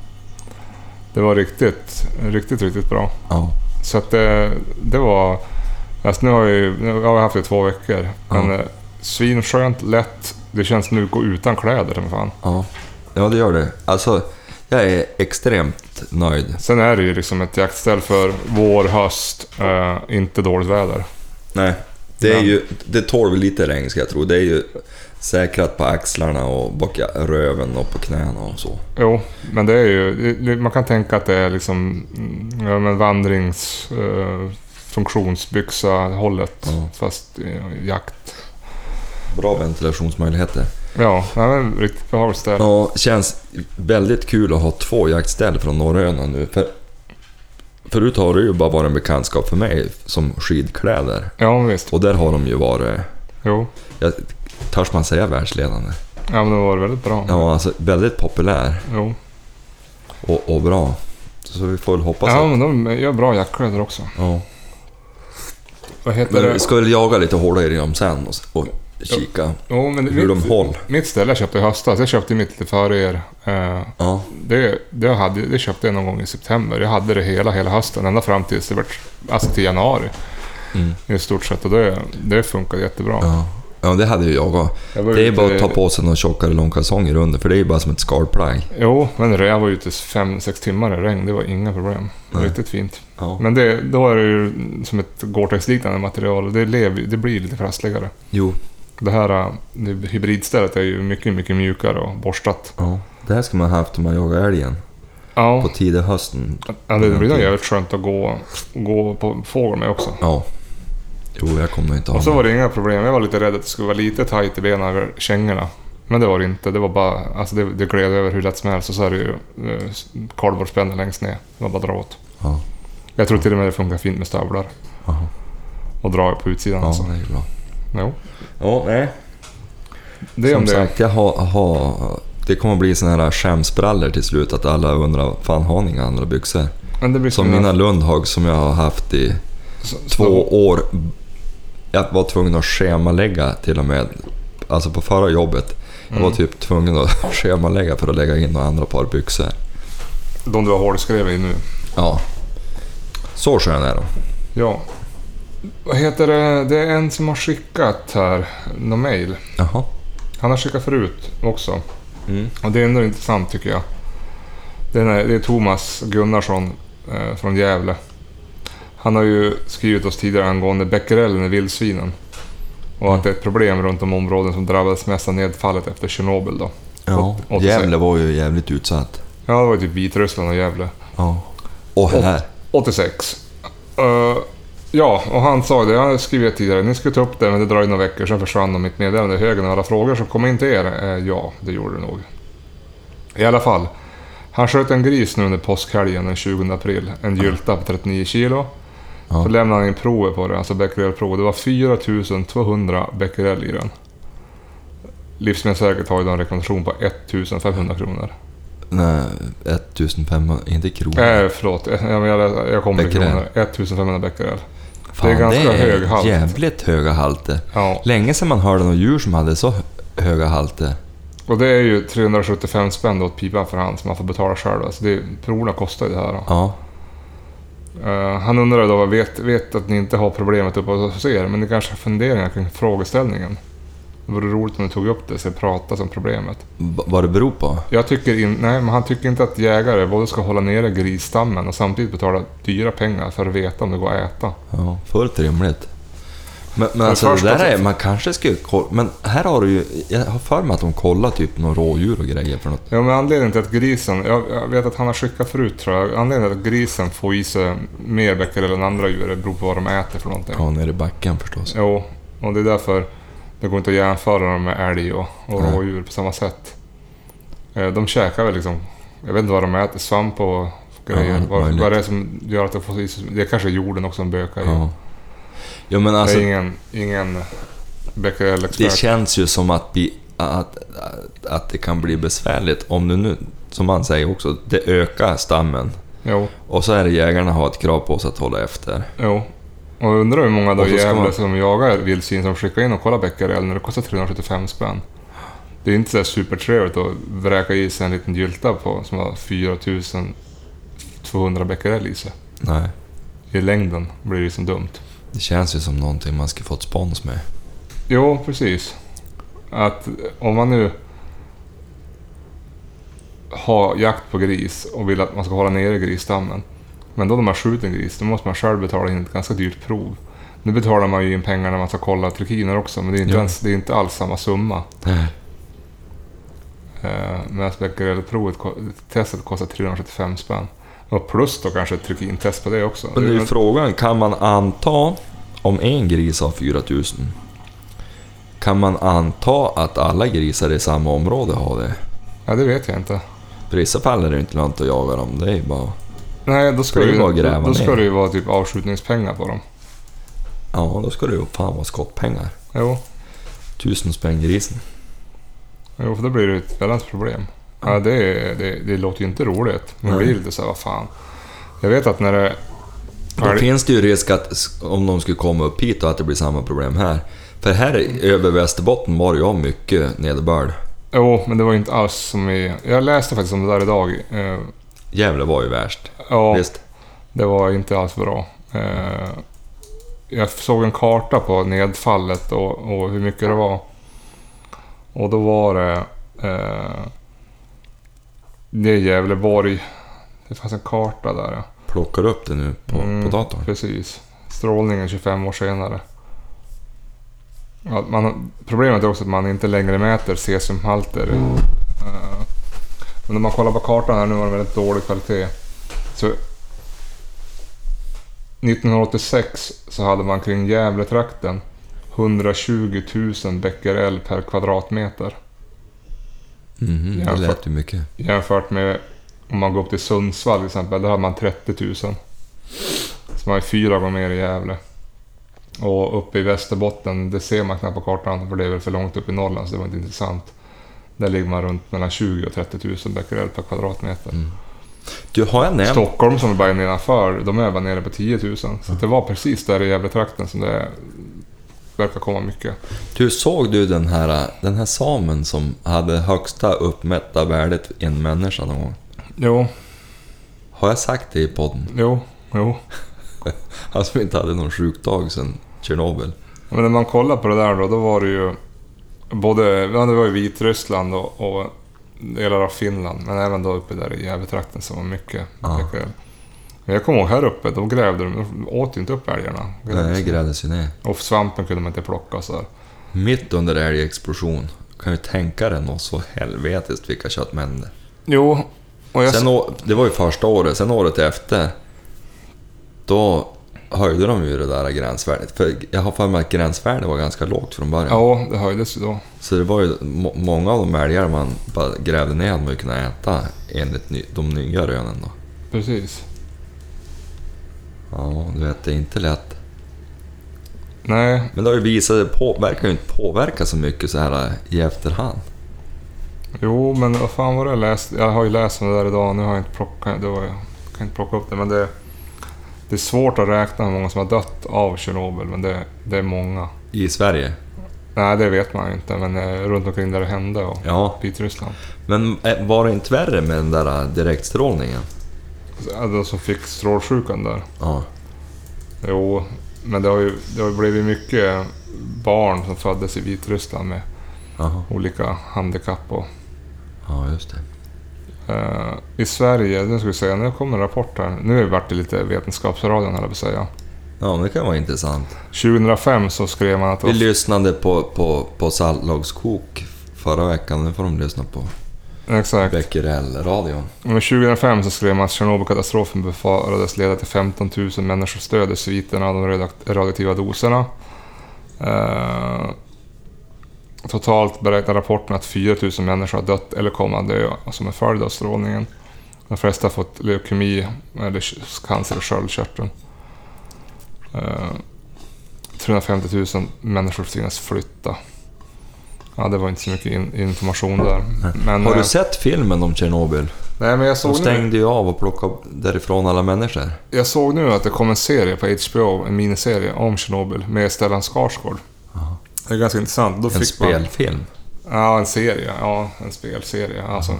[SPEAKER 3] Det var riktigt, riktigt, riktigt bra.
[SPEAKER 1] Ja.
[SPEAKER 3] Så att det, det var... Alltså nu har jag, ju- nu har jag haft det i två veckor. Men
[SPEAKER 1] Ja.
[SPEAKER 3] eh, svinskönt, lätt. Det känns nu att gå utan kläder som fan.
[SPEAKER 1] Ja. ja, det gör det. Alltså, jag är extremt nöjd.
[SPEAKER 3] Sen är det ju liksom ett jaktställ för vår, höst, eh, inte dåligt väder.
[SPEAKER 1] Nej. Det, är
[SPEAKER 3] Men-
[SPEAKER 1] ju, det tål väl lite regn ska jag tro. Det är ju säkrat på axlarna och bak i röven och på knäna och så.
[SPEAKER 3] Jo, men det är ju... det- det- Man kan tänka att det är liksom mm, ja, men vandrings... Eh, funktionsbyxa-hållet,
[SPEAKER 1] Ja.
[SPEAKER 3] fast eh, jakt.
[SPEAKER 1] Bra ventilationsmöjligheter.
[SPEAKER 3] Ja, nej, men riktigt behagligt ställe.
[SPEAKER 1] Ja, känns väldigt kul att ha två jaktställ från Norröna nu. För förut har det ju bara varit en bekantskap för mig som skidkläder.
[SPEAKER 3] Ja, men visst.
[SPEAKER 1] Och där har de ju varit,
[SPEAKER 3] Jo.
[SPEAKER 1] jag, törs man säga världsledande?
[SPEAKER 3] Ja, men det var väldigt bra.
[SPEAKER 1] Ja, alltså väldigt populär
[SPEAKER 3] Jo.
[SPEAKER 1] och, och bra. Så vi får väl hoppas
[SPEAKER 3] Ja,
[SPEAKER 1] att...
[SPEAKER 3] men de gör bra jackkläder också.
[SPEAKER 1] Ja.
[SPEAKER 3] Vad heter
[SPEAKER 1] Men
[SPEAKER 3] det?
[SPEAKER 1] vi ska väl jaga lite hårdare i dem sen och, och kika
[SPEAKER 3] Jo, men
[SPEAKER 1] hur de
[SPEAKER 3] mitt,
[SPEAKER 1] håller.
[SPEAKER 3] mitt ställe jag köpte i höstas, jag köpte mitt lite före er. Eh,
[SPEAKER 1] Ja,
[SPEAKER 3] Det, det, hade, det köpte jag någon gång i september. Jag hade det hela, hela hösten. Ända fram tills det vart, alltså till januari.
[SPEAKER 1] Mm.
[SPEAKER 3] I stort sett. Och det, det funkade jättebra.
[SPEAKER 1] ja. ja, det hade ju jag också.
[SPEAKER 3] Jag var
[SPEAKER 1] Det är
[SPEAKER 3] ute-
[SPEAKER 1] bara att ta på sig några tjockare långkalsonger under, för det är ju bara som ett skalplagg.
[SPEAKER 3] Jo, men jag var ute fem, sex timmar i regn. Det var inga problem.
[SPEAKER 1] Nej.
[SPEAKER 3] Riktigt fint.
[SPEAKER 1] Ja.
[SPEAKER 3] Men det, då är det ju som ett Gore-Tex-liknande material. Det, lever, ju- det blir lite prassligare.
[SPEAKER 1] Jo,
[SPEAKER 3] Det här eh, det hybridstället är ju mycket, mycket mjukare och borstat.
[SPEAKER 1] ja. det här ska man ha haft om man jagar älgen på
[SPEAKER 3] Ja,
[SPEAKER 1] tidig hösten.
[SPEAKER 3] ja det blir nog jävligt skönt att gå, gå på fågel med också.
[SPEAKER 1] Ja. Jo, jag kommer inte ha
[SPEAKER 3] Och så
[SPEAKER 1] någon.
[SPEAKER 3] var det inga problem. Jag var lite rädd att det skulle vara lite tajt i benen över kängorna. Men det var det inte. Det var bara... Alltså det, det gled över hur lätt som helst. Och så är det ju eh, kardborrspänner längst ner. Det var bara att dra åt.
[SPEAKER 1] Ja.
[SPEAKER 3] Jag tror till och med det funkar fint med stövlar.
[SPEAKER 1] Jaha.
[SPEAKER 3] och dra på utsidan.
[SPEAKER 1] Ja,
[SPEAKER 3] Alltså.
[SPEAKER 1] det är bra.
[SPEAKER 3] Jo.
[SPEAKER 1] Ja, nej.
[SPEAKER 3] Det är
[SPEAKER 1] Som
[SPEAKER 3] om det.
[SPEAKER 1] sagt, jag har, har, det kommer bli såna här skämsbrallor till slut att alla undrar fan har ni inga andra byxor?
[SPEAKER 3] Men det blir
[SPEAKER 1] Som mina Lundhag som jag har haft i
[SPEAKER 3] s-
[SPEAKER 1] två år. Jag var tvungen att schemalägga till och med. Alltså på förra jobbet. Jag var typ tvungen att schemalägga för att lägga in några andra par byxor.
[SPEAKER 3] De du har hårdskrevet i nu.
[SPEAKER 1] Ja. Så skön är de.
[SPEAKER 3] Ja. Vad heter det? Det är en som har skickat här, någon mail.
[SPEAKER 1] Jaha.
[SPEAKER 3] Han har skickat förut också.
[SPEAKER 1] Mm.
[SPEAKER 3] Och det är ändå intressant tycker jag. Det är, det är Thomas Gunnarsson eh, från Gävle. Han har ju skrivit oss tidigare angående becquerelen i vildsvinen. Och att det är ett problem runt de områden som drabbades mest av nedfallet efter Tjernobyl då.
[SPEAKER 1] Ja.
[SPEAKER 3] Och- och-
[SPEAKER 1] Gävle var ju jävligt utsatt.
[SPEAKER 3] Ja, det var ju typ Vitryssland och Gävle.
[SPEAKER 1] Ja. Och här.
[SPEAKER 3] 86. Eh, ja, och han sa det, jag skrev tidigare, ni skulle ta upp det men det drar ju några veckor, sen försvann de mitt meddelande i högen av alla frågor som kom in till er. Eh, ja, det gjorde det nog. I alla fall. Han sköt en gris nu under påskhelgen den 20 april, en gylta på 39 kilo.
[SPEAKER 1] Ja.
[SPEAKER 3] Så lämnade han in provet på det, alltså becquerelprovet. Det var 4200 becquerel i den. Livsmedelsverket har ju då en rekommendation på 1500 kronor.
[SPEAKER 1] Nej, 1500, inte kronor.
[SPEAKER 3] Nej, Eh, förlåt. Jag, jag, jag kommer till
[SPEAKER 1] Mm. Becquerel.
[SPEAKER 3] kronor. 1500 becquerel.
[SPEAKER 1] Fan,
[SPEAKER 3] det är ganska hög halt.
[SPEAKER 1] jävligt höga halter.
[SPEAKER 3] Ja,
[SPEAKER 1] Länge sedan man hörde några djur som hade så hö- höga halter.
[SPEAKER 3] och det är ju 375 spänn då åt pipan för han som man får betala själv. Alltså det, proverna kostar ju det här. Då.
[SPEAKER 1] Ja.
[SPEAKER 3] Eh, han undrar då, vet, vet att ni inte har problemet uppe hos er, men ni kanske har funderingar kring frågeställningen? Det vore roligt om ni tog upp det, så pratas om problemet.
[SPEAKER 1] V- vad det beror på?
[SPEAKER 3] Jag tycker in, nej, men han tycker inte att jägare både ska hålla nere grisstammen och samtidigt betala dyra pengar för att veta om det går att äta.
[SPEAKER 1] Ja, fullt rimligt. Men, men alltså det
[SPEAKER 3] första
[SPEAKER 1] där är,
[SPEAKER 3] så-
[SPEAKER 1] man kanske skulle kolla, men här har du ju, jag har för mig att de kollar typ några rådjur och grejer för något.
[SPEAKER 3] Ja, men anledningen till att grisen, jag, jag vet att han har skickat förut tror jag, anledningen till att grisen får i sig mer becquerel än andra djur det beror på vad de äter för någonting.
[SPEAKER 1] Ja, nere i backen förstås.
[SPEAKER 3] Jo, och det är därför det går inte att jämföra dem med älg och, och
[SPEAKER 1] Nej.
[SPEAKER 3] rådjur på samma sätt. Eh, De käkar väl liksom, jag vet inte vad de äter, svamp och grejer.
[SPEAKER 1] Ja,
[SPEAKER 3] vad,
[SPEAKER 1] möjligt.
[SPEAKER 3] vad det är som gör att de får i sig, det är kanske jorden också som bökar i.
[SPEAKER 1] Ja. Jo men alltså,
[SPEAKER 3] Jag är ingen, ingen becquerel-expert.
[SPEAKER 1] det känns ju som att, bli, att, att, att det kan bli besvärligt om du nu, som man säger också, det ökar stammen.
[SPEAKER 3] Jo,
[SPEAKER 1] Och så är det jägarna har ett krav på sig att hålla efter.
[SPEAKER 3] jo. Och jag undrar hur många då
[SPEAKER 1] Och så ska
[SPEAKER 3] jävlar
[SPEAKER 1] man-
[SPEAKER 3] som jagar vildsvin som skickar in och kollar becquerel när det kostar 375 spänn. Det är inte så här supertrevligt att vräka i sig en liten gylta på som har 4200 becquerel i sig.
[SPEAKER 1] Nej.
[SPEAKER 3] I längden blir det liksom dumt.
[SPEAKER 1] Det känns ju som någonting man skulle fått spons med.
[SPEAKER 3] Jo, precis. Att om man nu har jakt på gris och vill att man ska hålla nere grisstammen. Men då när man skjuter en gris, då måste man själv betala in ett ganska dyrt prov. Nu betalar man ju in pengar när man ska kolla trikiner också, men det är inte,
[SPEAKER 1] Ja.
[SPEAKER 3] ens, det är inte alls samma summa. Eh, Medan becquerelprovet, ko- testet kostar 375 spänn. Och plus då kanske ett trikintest på det också.
[SPEAKER 1] Men det är
[SPEAKER 3] Det
[SPEAKER 1] ju
[SPEAKER 3] är-
[SPEAKER 1] frågan, kan man anta om en gris har 4000? Kan man anta att alla grisar i samma område har det?
[SPEAKER 3] ja, det vet jag inte.
[SPEAKER 1] För i vissa fall är det inte lönt att jaga dem, det är ju bara...
[SPEAKER 3] Nej, då ska
[SPEAKER 1] Det
[SPEAKER 3] det,
[SPEAKER 1] är
[SPEAKER 3] ju,
[SPEAKER 1] bara att gräva
[SPEAKER 3] då, då ska
[SPEAKER 1] ner.
[SPEAKER 3] det ju vara typ avskjutningspengar på dem.
[SPEAKER 1] Ja, då ska det ju fan vara skottpengar.
[SPEAKER 3] Jo,
[SPEAKER 1] Tusen spänn grisen.
[SPEAKER 3] jo för då blir det ett väldigt problem. Ja, det, är- det, det låter ju inte roligt. Man
[SPEAKER 1] Nej.
[SPEAKER 3] blir lite såhär, vad fan. Jag vet att när det...
[SPEAKER 1] Då finns det ju risk att s- om de skulle komma upp hit och att det blir samma problem här. För här i över Västerbotten var det ju mycket nederbörd.
[SPEAKER 3] Jo, men det var ju inte alls som i... Jag läste faktiskt om det där idag. Eh,
[SPEAKER 1] Gävle var ju värst.
[SPEAKER 3] Ja,
[SPEAKER 1] Visst?
[SPEAKER 3] det var inte alls bra. Eh, Jag såg en karta på nedfallet och, och hur mycket det var. Och då var det... Eh, det är Gävleborg. Det fanns en karta där ja.
[SPEAKER 1] Plockar upp det nu på,
[SPEAKER 3] Mm,
[SPEAKER 1] på datorn.
[SPEAKER 3] Precis. Strålningen 25 år senare. Att man, problemet är också att man inte längre mäter cesiumhalter.
[SPEAKER 1] Mm.
[SPEAKER 3] Eh, Men om man kollar på kartan här nu var det väldigt dålig kvalitet. Så 1986 så hade man kring Gävletrakten 120 000 becquerel per kvadratmeter.
[SPEAKER 1] Mhm, det
[SPEAKER 3] Jämfört-
[SPEAKER 1] lät ju mycket.
[SPEAKER 3] Jämfört med om man går upp till Sundsvall till exempel, där har man 30 000. Så man är fyra gånger mer i Gävle. Och uppe i Västerbotten, det ser man knappt på kartan för det är väl för långt upp i Norrland så det var inte intressant. Där ligger man runt mellan 20 och 30 000 becquerel per kvadratmeter.
[SPEAKER 1] Du, har jag nämnt...
[SPEAKER 3] Stockholm som är bara är nedanför, de är bara nere på 10 000. Så att det var precis där i Gävletrakten som det verkar komma mycket.
[SPEAKER 1] Du, såg du den här, den här samen som hade högsta uppmätta värdet i en människa någon gång?
[SPEAKER 3] Jo,
[SPEAKER 1] Har jag sagt det i podden?
[SPEAKER 3] jo, jo.
[SPEAKER 1] Han som inte hade någon sjukdag sedan Tjernobyl.
[SPEAKER 3] Men när man kollar på det där då, då var det ju både, ja, det var ju Vitryssland och, och delar av Finland, men även då uppe där i Gävletrakten som var mycket
[SPEAKER 1] Ja.
[SPEAKER 3] becquerel. Men jag kommer ihåg här uppe, då grävde de, de åt ju inte upp älgarna.
[SPEAKER 1] Det Eh, grävdes ju ner.
[SPEAKER 3] Och svampen kunde man inte plocka och så här.
[SPEAKER 1] Mitt under älgexplosion. Kan ju tänka dig något så helvetiskt vilka köttmängder.
[SPEAKER 3] Jo, och jag...
[SPEAKER 1] Sen, å- det var ju första året, sen året efter då höjde de ju det där gränsvärdet. För jag har för mig att gränsvärdet var ganska lågt från början.
[SPEAKER 3] ja, det höjdes ju då.
[SPEAKER 1] Så det var ju må- många av de älgar man bara grävde ner hade man ju kunnat äta enligt ny, de nya rönen då.
[SPEAKER 3] Precis.
[SPEAKER 1] Ja, du vet, det är inte lätt.
[SPEAKER 3] Nej,
[SPEAKER 1] Men det har ju visat sig, på- verkar ju inte påverka så mycket så här i efterhand.
[SPEAKER 3] jo men vad fan var det jag läste? Jag har ju läst om det där idag, nu har jag inte plockat, det var, jag kan inte plocka upp det men det... Det är svårt att räkna hur många som har dött av Tjernobyl, men det, det är många.
[SPEAKER 1] I Sverige?
[SPEAKER 3] Nej, det vet man ju inte, men eh, runt omkring där det hände och
[SPEAKER 1] Ja.
[SPEAKER 3] Vitryssland.
[SPEAKER 1] Men eh, var det inte värre med den där eh, direktstrålningen?
[SPEAKER 3] Så, ja, De Alltså, som fick strålsjukan där.
[SPEAKER 1] Ja.
[SPEAKER 3] Jo, men det har ju, det har ju blivit mycket barn som föddes i Vitryssland med
[SPEAKER 1] Jaha.
[SPEAKER 3] olika handikapp och
[SPEAKER 1] Ja, just det.
[SPEAKER 3] Eh, I Sverige, nu ska vi säga, nu kommer en rapport här. Nu vart det lite Vetenskapsradion höll jag på att säga.
[SPEAKER 1] Ja, men det kan vara intressant.
[SPEAKER 3] 2005 så skrev man att det
[SPEAKER 1] Vi
[SPEAKER 3] var,
[SPEAKER 1] lyssnade på, på, på Saltlagskok förra veckan. Nu får de lyssna på
[SPEAKER 3] exakt.
[SPEAKER 1] Becquerel-radion.
[SPEAKER 3] Men 2005 så skrev man att Tjernobylkatastrofen befarades leda till 15 000 människors död i sviterna av de radioakt- radioaktiva doserna. Eh, totalt beräknar rapporten att 4 000 människor har dött eller kommer att dö som en följd av strålningen. De flesta har fått leukemi eller k- cancer i sköldkörteln. Eh, 350 000 människor tvingas flytta. Ja, det var inte så mycket in- information där. Men,
[SPEAKER 1] Har
[SPEAKER 3] eh,
[SPEAKER 1] du sett filmen om Tjernobyl?
[SPEAKER 3] nej, men jag
[SPEAKER 1] De
[SPEAKER 3] såg nu-
[SPEAKER 1] stängde ju av och plockade därifrån alla människor.
[SPEAKER 3] Jag såg nu att det kom en serie på HBO, en miniserie om Tjernobyl med Stellan Skarsgård. Det är ganska intressant. Då
[SPEAKER 1] En
[SPEAKER 3] fick man-
[SPEAKER 1] spelfilm.
[SPEAKER 3] ja, en serie. Ja, en spelserie. Alltså,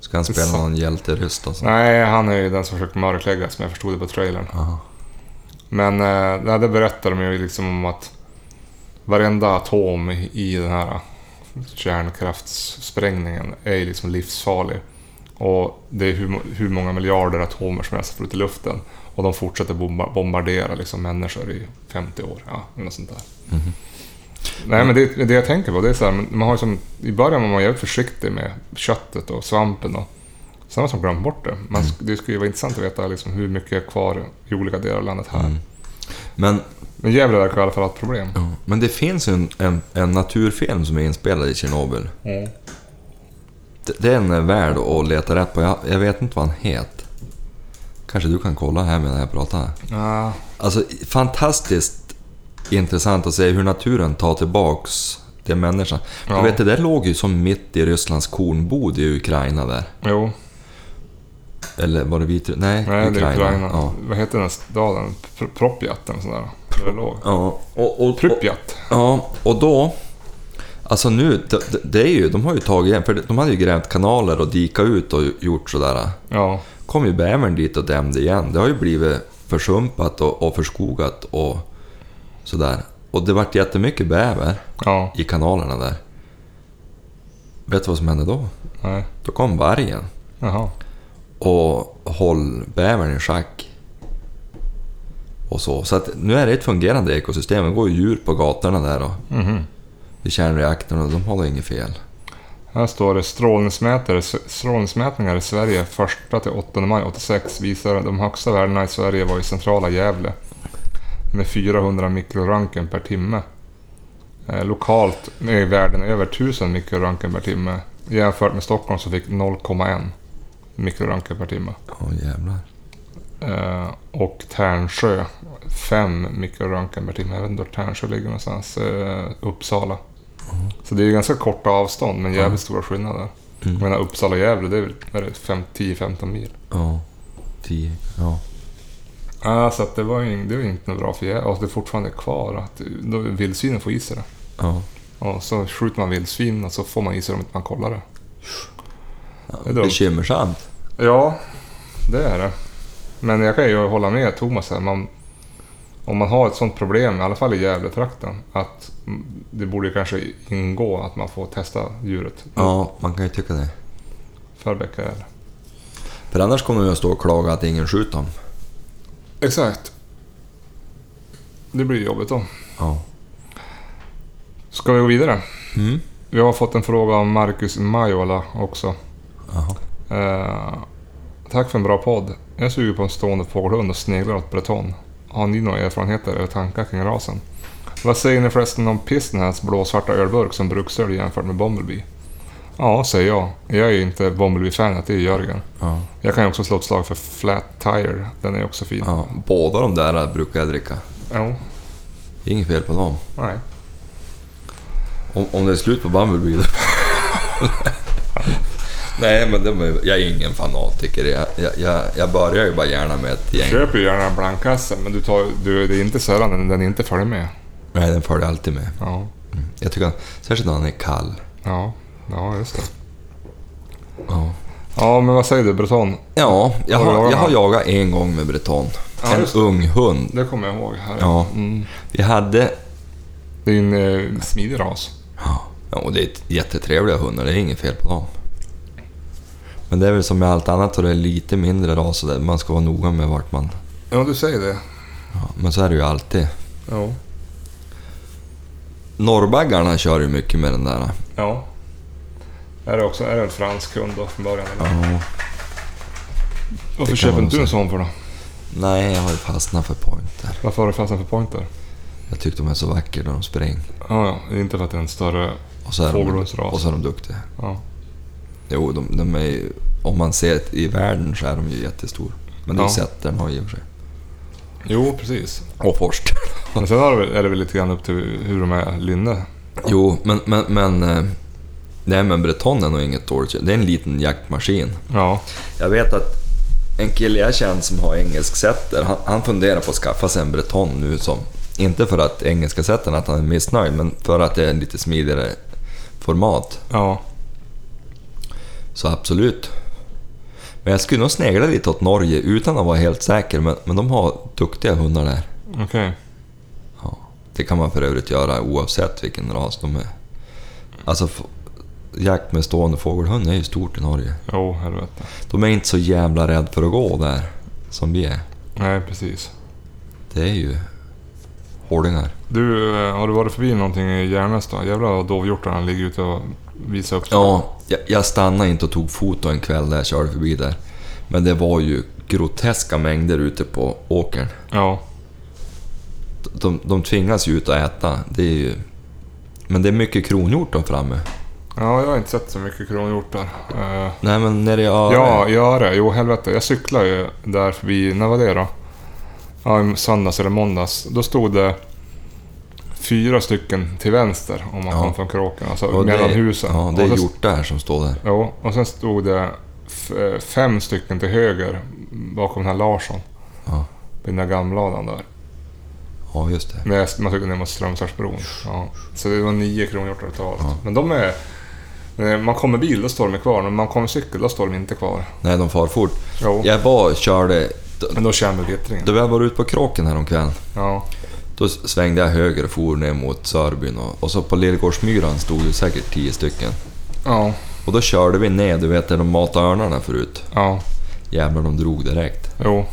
[SPEAKER 1] Ska han spela någon hjälteryst och så?
[SPEAKER 3] nej, han är ju den som försöker mörklägga som jag förstod det på trailern.
[SPEAKER 1] Aha.
[SPEAKER 3] Men eh, det här, det berättar de ju liksom om att varenda atom i- i den här eh, kärnkraftssprängningen är ju liksom livsfarlig. Och det är hur, mo- hur många miljarder atomer som helst som flyter i luften. Och de fortsätter bomba- bombardera liksom människor i 50 år. Ja, något sånt där. Nej, men det, det jag tänker på det är så här, men man har ju som, I början var man jävligt försiktig med köttet och svampen. Och, sen har man som glömt bort det. Man, sk- Det skulle ju vara intressant att veta liksom, hur mycket är kvar i olika delar av landet
[SPEAKER 1] Mm.
[SPEAKER 3] här.
[SPEAKER 1] Men,
[SPEAKER 3] Men Gävle verkar i alla fall ha ett problem.
[SPEAKER 1] ja, men det finns ju en, en, en naturfilm som är inspelad i Tjernobyl.
[SPEAKER 3] Mm.
[SPEAKER 1] D- Den är värd att leta rätt på. Jag, jag vet inte vad han heter. Kanske du kan kolla här medan jag pratar.
[SPEAKER 3] Ja,
[SPEAKER 1] Alltså fantastiskt intressant att se hur naturen tar tillbaks det människan.
[SPEAKER 3] Ja.
[SPEAKER 1] Du vet, det där låg ju som mitt i Rysslands kornbod i Ukraina där.
[SPEAKER 3] jo.
[SPEAKER 1] Eller var det Vitry... Nej,
[SPEAKER 3] Nej, det
[SPEAKER 1] Ukraina.
[SPEAKER 3] är Ukraina.
[SPEAKER 1] Ja.
[SPEAKER 3] Vad heter den staden? Pr- Propjat eller sådär. Där det låg.
[SPEAKER 1] Ja, och, och, och,
[SPEAKER 3] Pripyat.
[SPEAKER 1] ja, och då... Alltså nu, det, det- det är ju, de har ju tagit igen, för de hade ju grävt kanaler och dikat ut och gjort sådär.
[SPEAKER 3] Ja,
[SPEAKER 1] kom ju bävern dit och dämde igen. Det har ju blivit försumpat och, och förskogat och sådär. Och det vart jättemycket bäver.
[SPEAKER 3] ja,
[SPEAKER 1] i kanalerna där. Vet du vad som hände då?
[SPEAKER 3] nej.
[SPEAKER 1] Då kom vargen
[SPEAKER 3] Jaha.
[SPEAKER 1] och höll bävern i schack. Och så. så att nu är det ett fungerande ekosystem. Det går ju djur på gatorna där då.
[SPEAKER 3] Mhm.
[SPEAKER 1] Vid kärnreaktorn och de håller inget fel.
[SPEAKER 3] Här står det strålningsmätare, strålningsmätningar i Sverige 1 till 8 maj 86 visar att de högsta värdena i Sverige var i centrala Gävle med 400 mikroröntgen per timme. Eh, lokalt är värden över 1000 mikroröntgen per timme jämfört med Stockholm som fick 0,1 mikroröntgen per timme.
[SPEAKER 1] Åh jävlar.
[SPEAKER 3] eh, och Tärnsjö. Fem mikroröntgen per timme. Jag vet inte var Tärnsjö ligger någonstans. Eh, Uppsala. Så det är ju ganska korta avstånd men jävligt
[SPEAKER 1] Mm.
[SPEAKER 3] stora skillnader.
[SPEAKER 1] Mm.
[SPEAKER 3] Jag menar Uppsala och Gävle, det är väl vad är det, fem- 10-15 mil.
[SPEAKER 1] Ja. Tio. Ja.
[SPEAKER 3] Ja, Ah, så att det var ju det var ju inte något bra för Gävle. Och det är fortfarande kvar att då vildsvinen får i sig det.
[SPEAKER 1] Ja.
[SPEAKER 3] Och så skjuter man vildsvin och så får man i sig dem inte man kollar det. Det är dumt.
[SPEAKER 1] Bekymmersamt.
[SPEAKER 3] Ja, det är det. Men jag kan ju hålla med Thomas här. Man, om man har ett sånt problem, i alla fall i Gävletrakten, att mm, det borde kanske ingå att man får testa djuret
[SPEAKER 1] Ja, man kan ju tycka det.
[SPEAKER 3] för becquerel.
[SPEAKER 1] För annars kommer jag stå och klaga att ingen skjuter dem.
[SPEAKER 3] Exakt. Det blir jobbigt då.
[SPEAKER 1] Ja.
[SPEAKER 3] Ska vi gå vidare?
[SPEAKER 1] Mm.
[SPEAKER 3] Vi har fått en fråga av Marcus Majola också.
[SPEAKER 1] Jaha.
[SPEAKER 3] Eh, tack för en bra podd. Jag suger på en stående fågelhund och sneglar åt Breton. Har ni några erfarenheter eller tankar kring rasen? Vad säger ni förresten om Pistonheads blåsvarta ölburk som bruksöl jämfört med Bumblebee? Ja, säger jag. Jag är ju inte Bumblebee-fanet, det är Jörgen.
[SPEAKER 1] Ja.
[SPEAKER 3] Jag kan ju också slå ett slag för Flat Tire, den är också fin.
[SPEAKER 1] ja. Båda de där brukar jag dricka.
[SPEAKER 3] Jo,
[SPEAKER 1] Inget fel på dem.
[SPEAKER 3] nej.
[SPEAKER 1] Om, om det är slut på Bumblebee då. Nej, men de är, jag är ingen fanatiker. Jag, jag, jag, jag börjar ju bara gärna med ett gäng.
[SPEAKER 3] Köper ju gärna blankassen, men du tar, du, det är inte sällan den, den inte följer med.
[SPEAKER 1] Nej, den följer alltid med.
[SPEAKER 3] Ja,
[SPEAKER 1] Jag tycker att, särskilt när han är kall.
[SPEAKER 3] ja, ja just det.
[SPEAKER 1] Ja,
[SPEAKER 3] Ja, men vad säger du Breton?
[SPEAKER 1] ja jag,
[SPEAKER 3] Har du
[SPEAKER 1] har,
[SPEAKER 3] jagat
[SPEAKER 1] jag har
[SPEAKER 3] den?
[SPEAKER 1] jagat en gång med Breton.
[SPEAKER 3] Ja,
[SPEAKER 1] en
[SPEAKER 3] just det.
[SPEAKER 1] ung hund.
[SPEAKER 3] Det kommer jag ihåg. Här.
[SPEAKER 1] Ja.
[SPEAKER 3] Mm.
[SPEAKER 1] Vi hade...
[SPEAKER 3] Det är en eh, smidig ras.
[SPEAKER 1] Ja, och det är ett- jättetrevliga hundar. Det är inget fel på dem. Men det är väl som med allt annat och det är lite mindre ras och det- man ska vara noga med vart man...
[SPEAKER 3] Ja, du säger det.
[SPEAKER 1] Ja, men så är det ju alltid.
[SPEAKER 3] Ja.
[SPEAKER 1] Norrbaggarna kör ju mycket med den där.
[SPEAKER 3] ja. Är det också är det en fransk kund då från början? Eller?
[SPEAKER 1] Ja.
[SPEAKER 3] Varför
[SPEAKER 1] kan
[SPEAKER 3] köper
[SPEAKER 1] man
[SPEAKER 3] inte du en
[SPEAKER 1] säga.
[SPEAKER 3] sån för då?
[SPEAKER 1] Nej, jag har ju fastnat för pointer.
[SPEAKER 3] Varför har du fastnat för pointer?
[SPEAKER 1] Jag tyckte de är så vackra när de springer.
[SPEAKER 3] Ja, ja. Det är inte för att det är en större...
[SPEAKER 1] Och så är de,
[SPEAKER 3] Fågelhundsras.
[SPEAKER 1] och så är de duktiga.
[SPEAKER 3] Ja.
[SPEAKER 1] Jo, de, de är ju, om man ser det i världen så är de ju jättestora. Men det är
[SPEAKER 3] Ja.
[SPEAKER 1] ju Sättern har i och för sig.
[SPEAKER 3] Jo, precis.
[SPEAKER 1] Och Forst.
[SPEAKER 3] Men sen har det väl- är det väl lite grann upp till hur de är lynne.
[SPEAKER 1] Jo, men... men, men eh, nej, men Breton är nog inget dåligt Det är en liten jaktmaskin.
[SPEAKER 3] Ja.
[SPEAKER 1] Jag vet att en kille jag känner som har engelsk setter, han, han funderar på att skaffa sig en Breton nu som... Inte för att engelska settern, att han är missnöjd, men för att det är en lite smidigare format.
[SPEAKER 3] Ja.
[SPEAKER 1] Så absolut. Men jag skulle nog snegla lite åt Norge utan att vara helt säker, men, men de har duktiga hundar där.
[SPEAKER 3] Okej.
[SPEAKER 1] Ja, det kan man för övrigt göra oavsett vilken ras de är. Alltså, f- jakt med stående fågelhund är ju stort i Norge.
[SPEAKER 3] Jo, helvete.
[SPEAKER 1] De är inte så jävla rädda för att gå där som vi är.
[SPEAKER 3] Nej, precis.
[SPEAKER 1] Det är ju hårdingar.
[SPEAKER 3] Du, eh, har du varit förbi någonting i Järnäs då? Jävlar vad dovhjortarna ligger ute och visar upp sig.
[SPEAKER 1] Ja, jag, jag stannade inte och tog foto en kväll där jag körde förbi där. Men det var ju groteska mängder ute på åkern.
[SPEAKER 3] Ja.
[SPEAKER 1] De, de tvingas ju ut och äta. Det är ju... Men det är mycket kronhjort där framme.
[SPEAKER 3] Ja, jag har inte sett så mycket kronhjortar. Eh,
[SPEAKER 1] Nej men när det är öre...
[SPEAKER 3] Ja, gör det. Jo, helvete. Jag cyklade ju där förbi, när var det då? Ja, i söndags eller måndags. Då stod det fyra stycken till vänster om man
[SPEAKER 1] Ja.
[SPEAKER 3] kom från kråken. Alltså
[SPEAKER 1] Och det-
[SPEAKER 3] mellan husen.
[SPEAKER 1] Ja, det är
[SPEAKER 3] och så,
[SPEAKER 1] hjortar som står där.
[SPEAKER 3] Jo, och sen stod det f- eh, fem stycken till höger bakom den här Larsson.
[SPEAKER 1] Ja.
[SPEAKER 3] Vid den där gamladan där.
[SPEAKER 1] Ja, just det.
[SPEAKER 3] Men jag- man tycker ner mot Strömsholmsbron. Ja. Så det var nio kronhjortar totalt.
[SPEAKER 1] Ja.
[SPEAKER 3] Men de är... när Man kommer bil, då står de kvar. Men man kommer cykel, då står de inte kvar.
[SPEAKER 1] Nej, de far fort.
[SPEAKER 3] Jo,
[SPEAKER 1] Jag var och körde...
[SPEAKER 3] men då känner vi vittringen.
[SPEAKER 1] Då jag var ute på kråken häromkvällen,
[SPEAKER 3] Ja.
[SPEAKER 1] då svängde jag höger och for ner mot Sörbyn och, och så på Lillgårdsmyran stod det säkert tio stycken.
[SPEAKER 3] Ja.
[SPEAKER 1] Och då körde vi ner, du vet där de matade örnarna förut.
[SPEAKER 3] Ja.
[SPEAKER 1] Jävlar, de drog direkt.
[SPEAKER 3] Jo.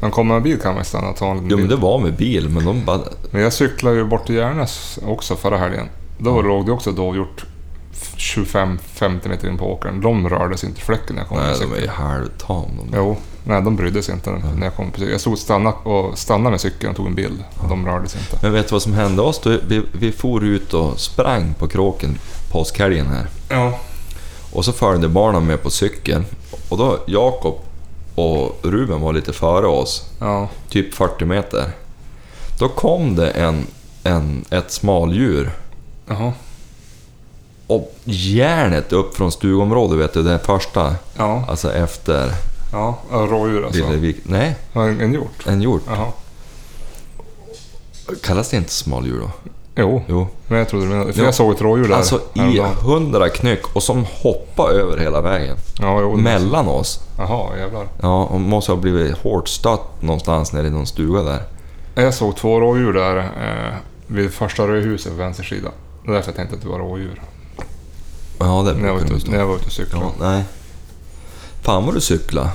[SPEAKER 3] Men kommer en bil kan man stanna och ta en liten
[SPEAKER 1] Jo, men
[SPEAKER 3] bil.
[SPEAKER 1] det var med bil, men de bara...
[SPEAKER 3] Men jag cyklade ju bort till Järnäs också förra helgen. Då låg det också dovhjort 25-50 meter in på åkern. De rörde sig inte fläcken när jag kom med
[SPEAKER 1] Nej, de
[SPEAKER 3] cykeln.
[SPEAKER 1] är ju halvtam de där.
[SPEAKER 3] Jo, nej de brydde sig inte när jag kom. precis. Jag stod och stannade, och stannade med cykeln och tog en bild. De rörde sig inte.
[SPEAKER 1] Men vet du vad som hände oss? Då vi, vi for ut och sprang på kråken påskhelgen här.
[SPEAKER 3] Ja.
[SPEAKER 1] Och så följde barnen med på cykeln. Och då Jakob, och Ruben var lite före oss,
[SPEAKER 3] Ja.
[SPEAKER 1] typ 40 meter. Då kom det en, en, ett smaldjur
[SPEAKER 3] Jaha.
[SPEAKER 1] och järnet upp från stugområdet, vet du, det första.
[SPEAKER 3] Ja.
[SPEAKER 1] Alltså efter
[SPEAKER 3] Ja. Rådjur alltså.
[SPEAKER 1] Lillevik. Nej,
[SPEAKER 3] Har en en hjort?
[SPEAKER 1] en hjort.
[SPEAKER 3] Jaha.
[SPEAKER 1] Kallas det inte smaldjur då?
[SPEAKER 3] Jo.
[SPEAKER 1] Jo.
[SPEAKER 3] Men jag trodde du menade... För
[SPEAKER 1] Ja.
[SPEAKER 3] jag såg ett rådjur där
[SPEAKER 1] Alltså i
[SPEAKER 3] häromdagen.
[SPEAKER 1] hundra knyck och som hoppade över hela vägen.
[SPEAKER 3] Ja, jo. det-
[SPEAKER 1] Mellan oss.
[SPEAKER 3] Jaha, jävlar.
[SPEAKER 1] Ja, och måste ha blivit hårt stött någonstans nere i någon stuga där.
[SPEAKER 3] Jag såg två rådjur där eh, vid första rödhuset på vänster sida. Det är därför jag tänkte att det var rådjur.
[SPEAKER 1] Ja, det
[SPEAKER 3] När jag var
[SPEAKER 1] brukar de
[SPEAKER 3] ute, när
[SPEAKER 1] stå.
[SPEAKER 3] jag var ute och cyklade.
[SPEAKER 1] Ja, nej. Fan vad du cykla.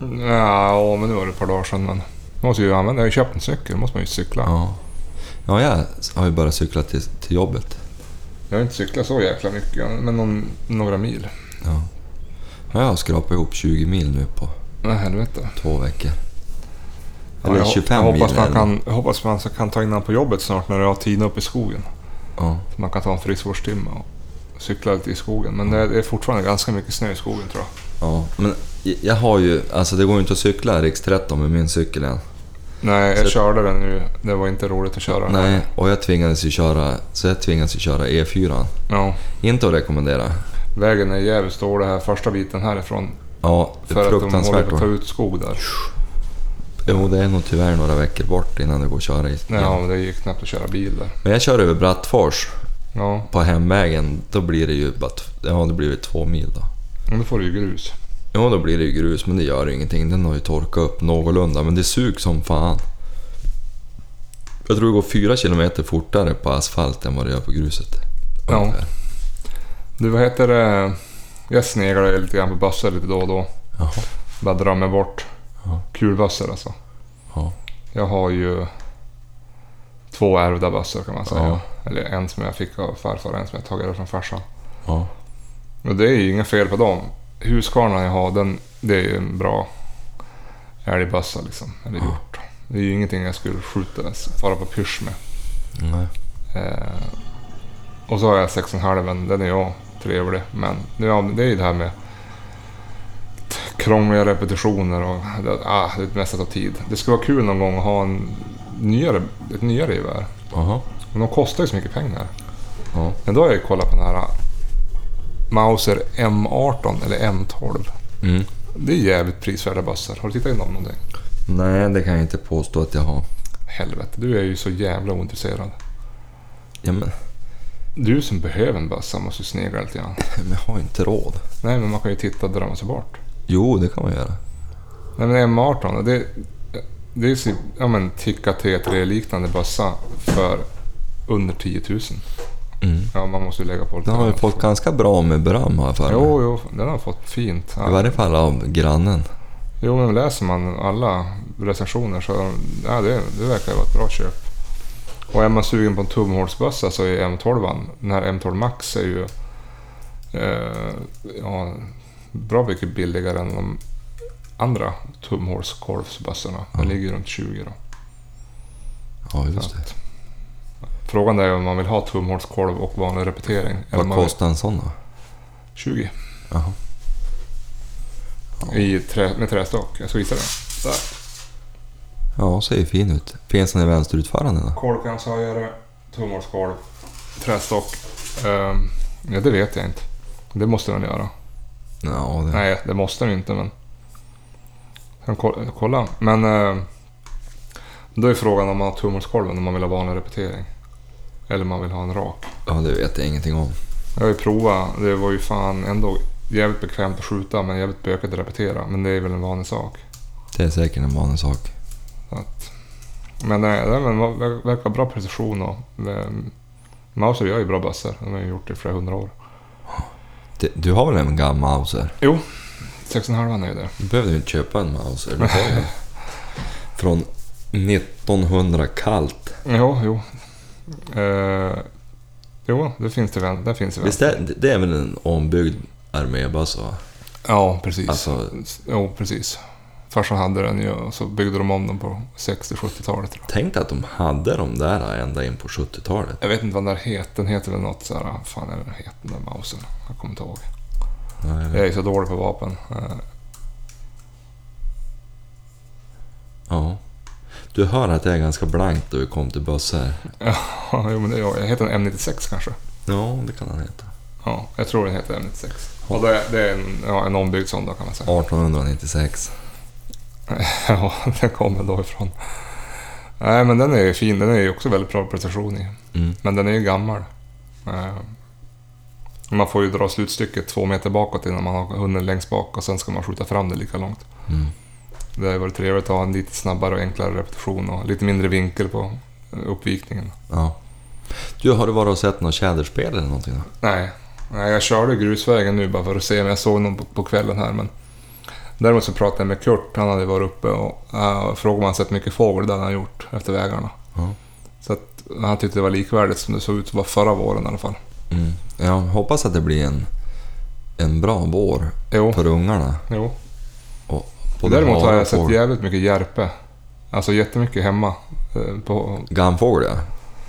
[SPEAKER 3] Mm. Ja, ja, men nu var det ett par dagar sedan. Men man måste ju använda, jag har ju köpt en cykel, då måste man ju cykla.
[SPEAKER 1] Ja. ja, jag har ju börjat cykla till, till jobbet.
[SPEAKER 3] Jag har inte cyklat så jäkla mycket, men någon, några mil.
[SPEAKER 1] Ja, jag har skrapat ihop 20 mil nu på
[SPEAKER 3] Nej, helvete.
[SPEAKER 1] två veckor.
[SPEAKER 3] Ja,
[SPEAKER 1] Eller
[SPEAKER 3] jag,
[SPEAKER 1] 25
[SPEAKER 3] jag hoppas
[SPEAKER 1] mil.
[SPEAKER 3] man
[SPEAKER 1] eller-
[SPEAKER 3] kan, Jag hoppas man så kan ta in den på jobbet snart när jag har tiden uppe i skogen.
[SPEAKER 1] Ja.
[SPEAKER 3] Så man kan ta en friskvårdstimme och cykla lite i skogen. Men det är fortfarande ganska mycket snö i skogen tror jag.
[SPEAKER 1] ja, men jag har ju... Alltså det går ju inte att cykla riks 13 med min cykel än.
[SPEAKER 3] Nej, jag
[SPEAKER 1] Så-
[SPEAKER 3] körde den nu. Det var inte roligt att köra den.
[SPEAKER 1] Nej, och jag tvingades ju köra... Så jag tvingades ju köra E4.
[SPEAKER 3] Ja.
[SPEAKER 1] Inte att rekommendera.
[SPEAKER 3] Vägen är jävligt dålig här, första biten härifrån.
[SPEAKER 1] Ja, det
[SPEAKER 3] För
[SPEAKER 1] är
[SPEAKER 3] att de håller
[SPEAKER 1] fruktansvärt
[SPEAKER 3] på att ta
[SPEAKER 1] då.
[SPEAKER 3] ut skog där.
[SPEAKER 1] Jo, det är nog tyvärr några veckor bort innan det går att köra i.
[SPEAKER 3] Nej, ja, men det gick knappt att köra bil där.
[SPEAKER 1] Men jag kör över Brattfors
[SPEAKER 3] Ja,
[SPEAKER 1] på hemvägen. Då blir det ju bara... t- Ja, det blir ju två mil då.
[SPEAKER 3] men då får du ju grus.
[SPEAKER 1] Jo, då blir det ju grus, men det gör ju ingenting. Den har ju torkat upp någorlunda, men det sugs som fan. Jag tror det går fyra kilometer fortare på asfalt än vad det gör på gruset.
[SPEAKER 3] Ja.
[SPEAKER 1] Ungefär.
[SPEAKER 3] Du, vad heter det? Jag sneglar lite grann på bössor lite då och då.
[SPEAKER 1] Jaha.
[SPEAKER 3] Bara drömmer bort.
[SPEAKER 1] Ja.
[SPEAKER 3] Kulbössor alltså.
[SPEAKER 1] Ja.
[SPEAKER 3] Jag har ju två ärvda bössor kan man säga.
[SPEAKER 1] Ja.
[SPEAKER 3] Eller en som jag fick av farfar och en som jag tagit från farsan.
[SPEAKER 1] Ja.
[SPEAKER 3] Och det är ju inga fel på dem. Huskarna jag har, den, det är ju en bra älgbössa liksom. Eller
[SPEAKER 1] Ja.
[SPEAKER 3] hjort. Det är ju ingenting jag skulle skjuta, ens, fara på pysch med.
[SPEAKER 1] Nej.
[SPEAKER 3] Eh, och så har jag 6,5 den är jag trevlig. Men ja, det är ju det här med t- krångliga repetitioner och det, ah, det mesta tar tid. Det skulle vara kul någon gång att ha en nyare, ett nyare gevär.
[SPEAKER 1] Jaha.
[SPEAKER 3] Men de kostar ju så mycket pengar.
[SPEAKER 1] Ja.
[SPEAKER 3] Men då har jag ju kollat på den här ah, Mauser M18 eller M12.
[SPEAKER 1] Mm.
[SPEAKER 3] Det är jävligt prisvärda bössor. Har du tittat in dem någonting?
[SPEAKER 1] Nej, det kan jag inte påstå att jag har.
[SPEAKER 3] Helvete, du är ju så jävla ointresserad.
[SPEAKER 1] Ja, men,
[SPEAKER 3] Du som behöver en bössa måste ju snegla lite grann.
[SPEAKER 1] men jag har ju inte råd.
[SPEAKER 3] Nej, men man kan ju titta och drömma sig bort.
[SPEAKER 1] Jo, det kan man göra.
[SPEAKER 3] Nej men M18, det, det är så, ja men Tikka T3 liknande bössa för under 10 000.
[SPEAKER 1] Mm.
[SPEAKER 3] Ja man måste ju lägga på lite.
[SPEAKER 1] Den har ju
[SPEAKER 3] annat.
[SPEAKER 1] fått ganska bra med beröm här för mig.
[SPEAKER 3] Jo, jo, den har fått fint.
[SPEAKER 1] I
[SPEAKER 3] Ja.
[SPEAKER 1] varje fall av grannen.
[SPEAKER 3] Jo men läser man alla recensioner så ja, det, det verkar ju vara ett bra köp. Och är man sugen på en tumhålsbössa så är M12, den här M12 Max är ju eh, ja, bra mycket billigare än de andra tumhålskorvsbössorna. Den
[SPEAKER 1] Ja.
[SPEAKER 3] ligger ju runt 20 då.
[SPEAKER 1] Ja, just det.
[SPEAKER 3] Frågan är om man vill ha tumhålskolv och vanlig repetering. eller om
[SPEAKER 1] Vad
[SPEAKER 3] man vill-
[SPEAKER 1] kostar en sån då?
[SPEAKER 3] 20.
[SPEAKER 1] Jaha.
[SPEAKER 3] I trä, med trästak. Jag ska visa dig. Där.
[SPEAKER 1] Ja, ser ju fin ut. Finns den i vänsterutförande då?
[SPEAKER 3] Kolvkanshöjare, tumhålskolv, trästak. Ehm, ja, det vet jag inte. Det måste den göra.
[SPEAKER 1] Ja, det...
[SPEAKER 3] Nej, det måste den ju inte men... Kan ko- kolla. Men... ehm, då är frågan om man har tumhålskolven om man vill ha vanlig repetering. Eller om man vill ha en rak.
[SPEAKER 1] Ja, det vet jag ingenting om.
[SPEAKER 3] Jag har ju provat. Det var ju fan ändå jävligt bekvämt att skjuta men jävligt bökigt att repetera. Men det är väl en vanlig sak.
[SPEAKER 1] Det är säkert en vanlig sak.
[SPEAKER 3] Så att, men det, det men ver- verkar bra precision och ehm, Mauser gör ju bra bössor. De har ju gjort det i flera hundra år.
[SPEAKER 1] Det- Du har väl en gammal Mauser?
[SPEAKER 3] 6,5 är ju det.
[SPEAKER 1] Du behövde ju inte köpa en Mauser. Du har ju en. Från 1900 kallt.
[SPEAKER 3] Jo, jo. Eh, jo, det finns det väl. Det finns det väl.
[SPEAKER 1] Visst är, det är väl en ombyggd armébössa? va?
[SPEAKER 3] Ja, precis.
[SPEAKER 1] Alltså,
[SPEAKER 3] Jo, precis. Farsan hade den ju och så byggde de om den på 60-70-talet tror jag.
[SPEAKER 1] tänk dig att de hade de där ända in på 70-talet.
[SPEAKER 3] Jag vet inte vad den där heter. Den heter väl något sådär... Vad fan är den heter den där mausen? Jag kommer inte ihåg.
[SPEAKER 1] Nej, jag vet.
[SPEAKER 3] Jag är så dålig på vapen. Eh,
[SPEAKER 1] Du hör att jag är ganska blank då vi kom till buss här.
[SPEAKER 3] Ja, jo, men det är jag. Jag heter M96 kanske.
[SPEAKER 1] Ja, det kan han heta.
[SPEAKER 3] Ja, jag tror den heter M96. Och det, är- det är en, ja, en ombyggd sån då kan man säga.
[SPEAKER 1] 1896.
[SPEAKER 3] Ja, den kommer då ifrån. Nej, men den är ju fin. Den är ju också väldigt bra prestation i.
[SPEAKER 1] Mm.
[SPEAKER 3] Men den är ju gammal. Eh, Man får ju dra slutstycket två meter bakåt innan man har hunden längst bak och sen ska man skjuta fram det lika långt.
[SPEAKER 1] Mm.
[SPEAKER 3] Det hade varit trevligt att ha en lite snabbare och enklare repetition och lite mindre vinkel på uppvikningen.
[SPEAKER 1] Ja. Du, har du varit och sett något tjäderspel eller någonting? då?
[SPEAKER 3] Nej, nej jag körde grusvägen nu bara för att se, men jag såg någon på, på kvällen här. Men... Däremot så pratade jag med Kurt, han hade varit uppe och eh, frågade om han sett mycket fågel, det hade han gjort efter vägarna.
[SPEAKER 1] Ja.
[SPEAKER 3] Så att han tyckte det var likvärdigt som det såg ut att vara förra våren i alla fall.
[SPEAKER 1] Mm. Jag hoppas att det blir en, en bra vår
[SPEAKER 3] Jo,
[SPEAKER 1] för ungarna.
[SPEAKER 3] jo.
[SPEAKER 1] Både
[SPEAKER 3] Däremot har
[SPEAKER 1] hare
[SPEAKER 3] jag
[SPEAKER 1] och
[SPEAKER 3] sett
[SPEAKER 1] fågel.
[SPEAKER 3] jävligt mycket järpe. Alltså jättemycket hemma. eh, På,
[SPEAKER 1] Gammfågel ja.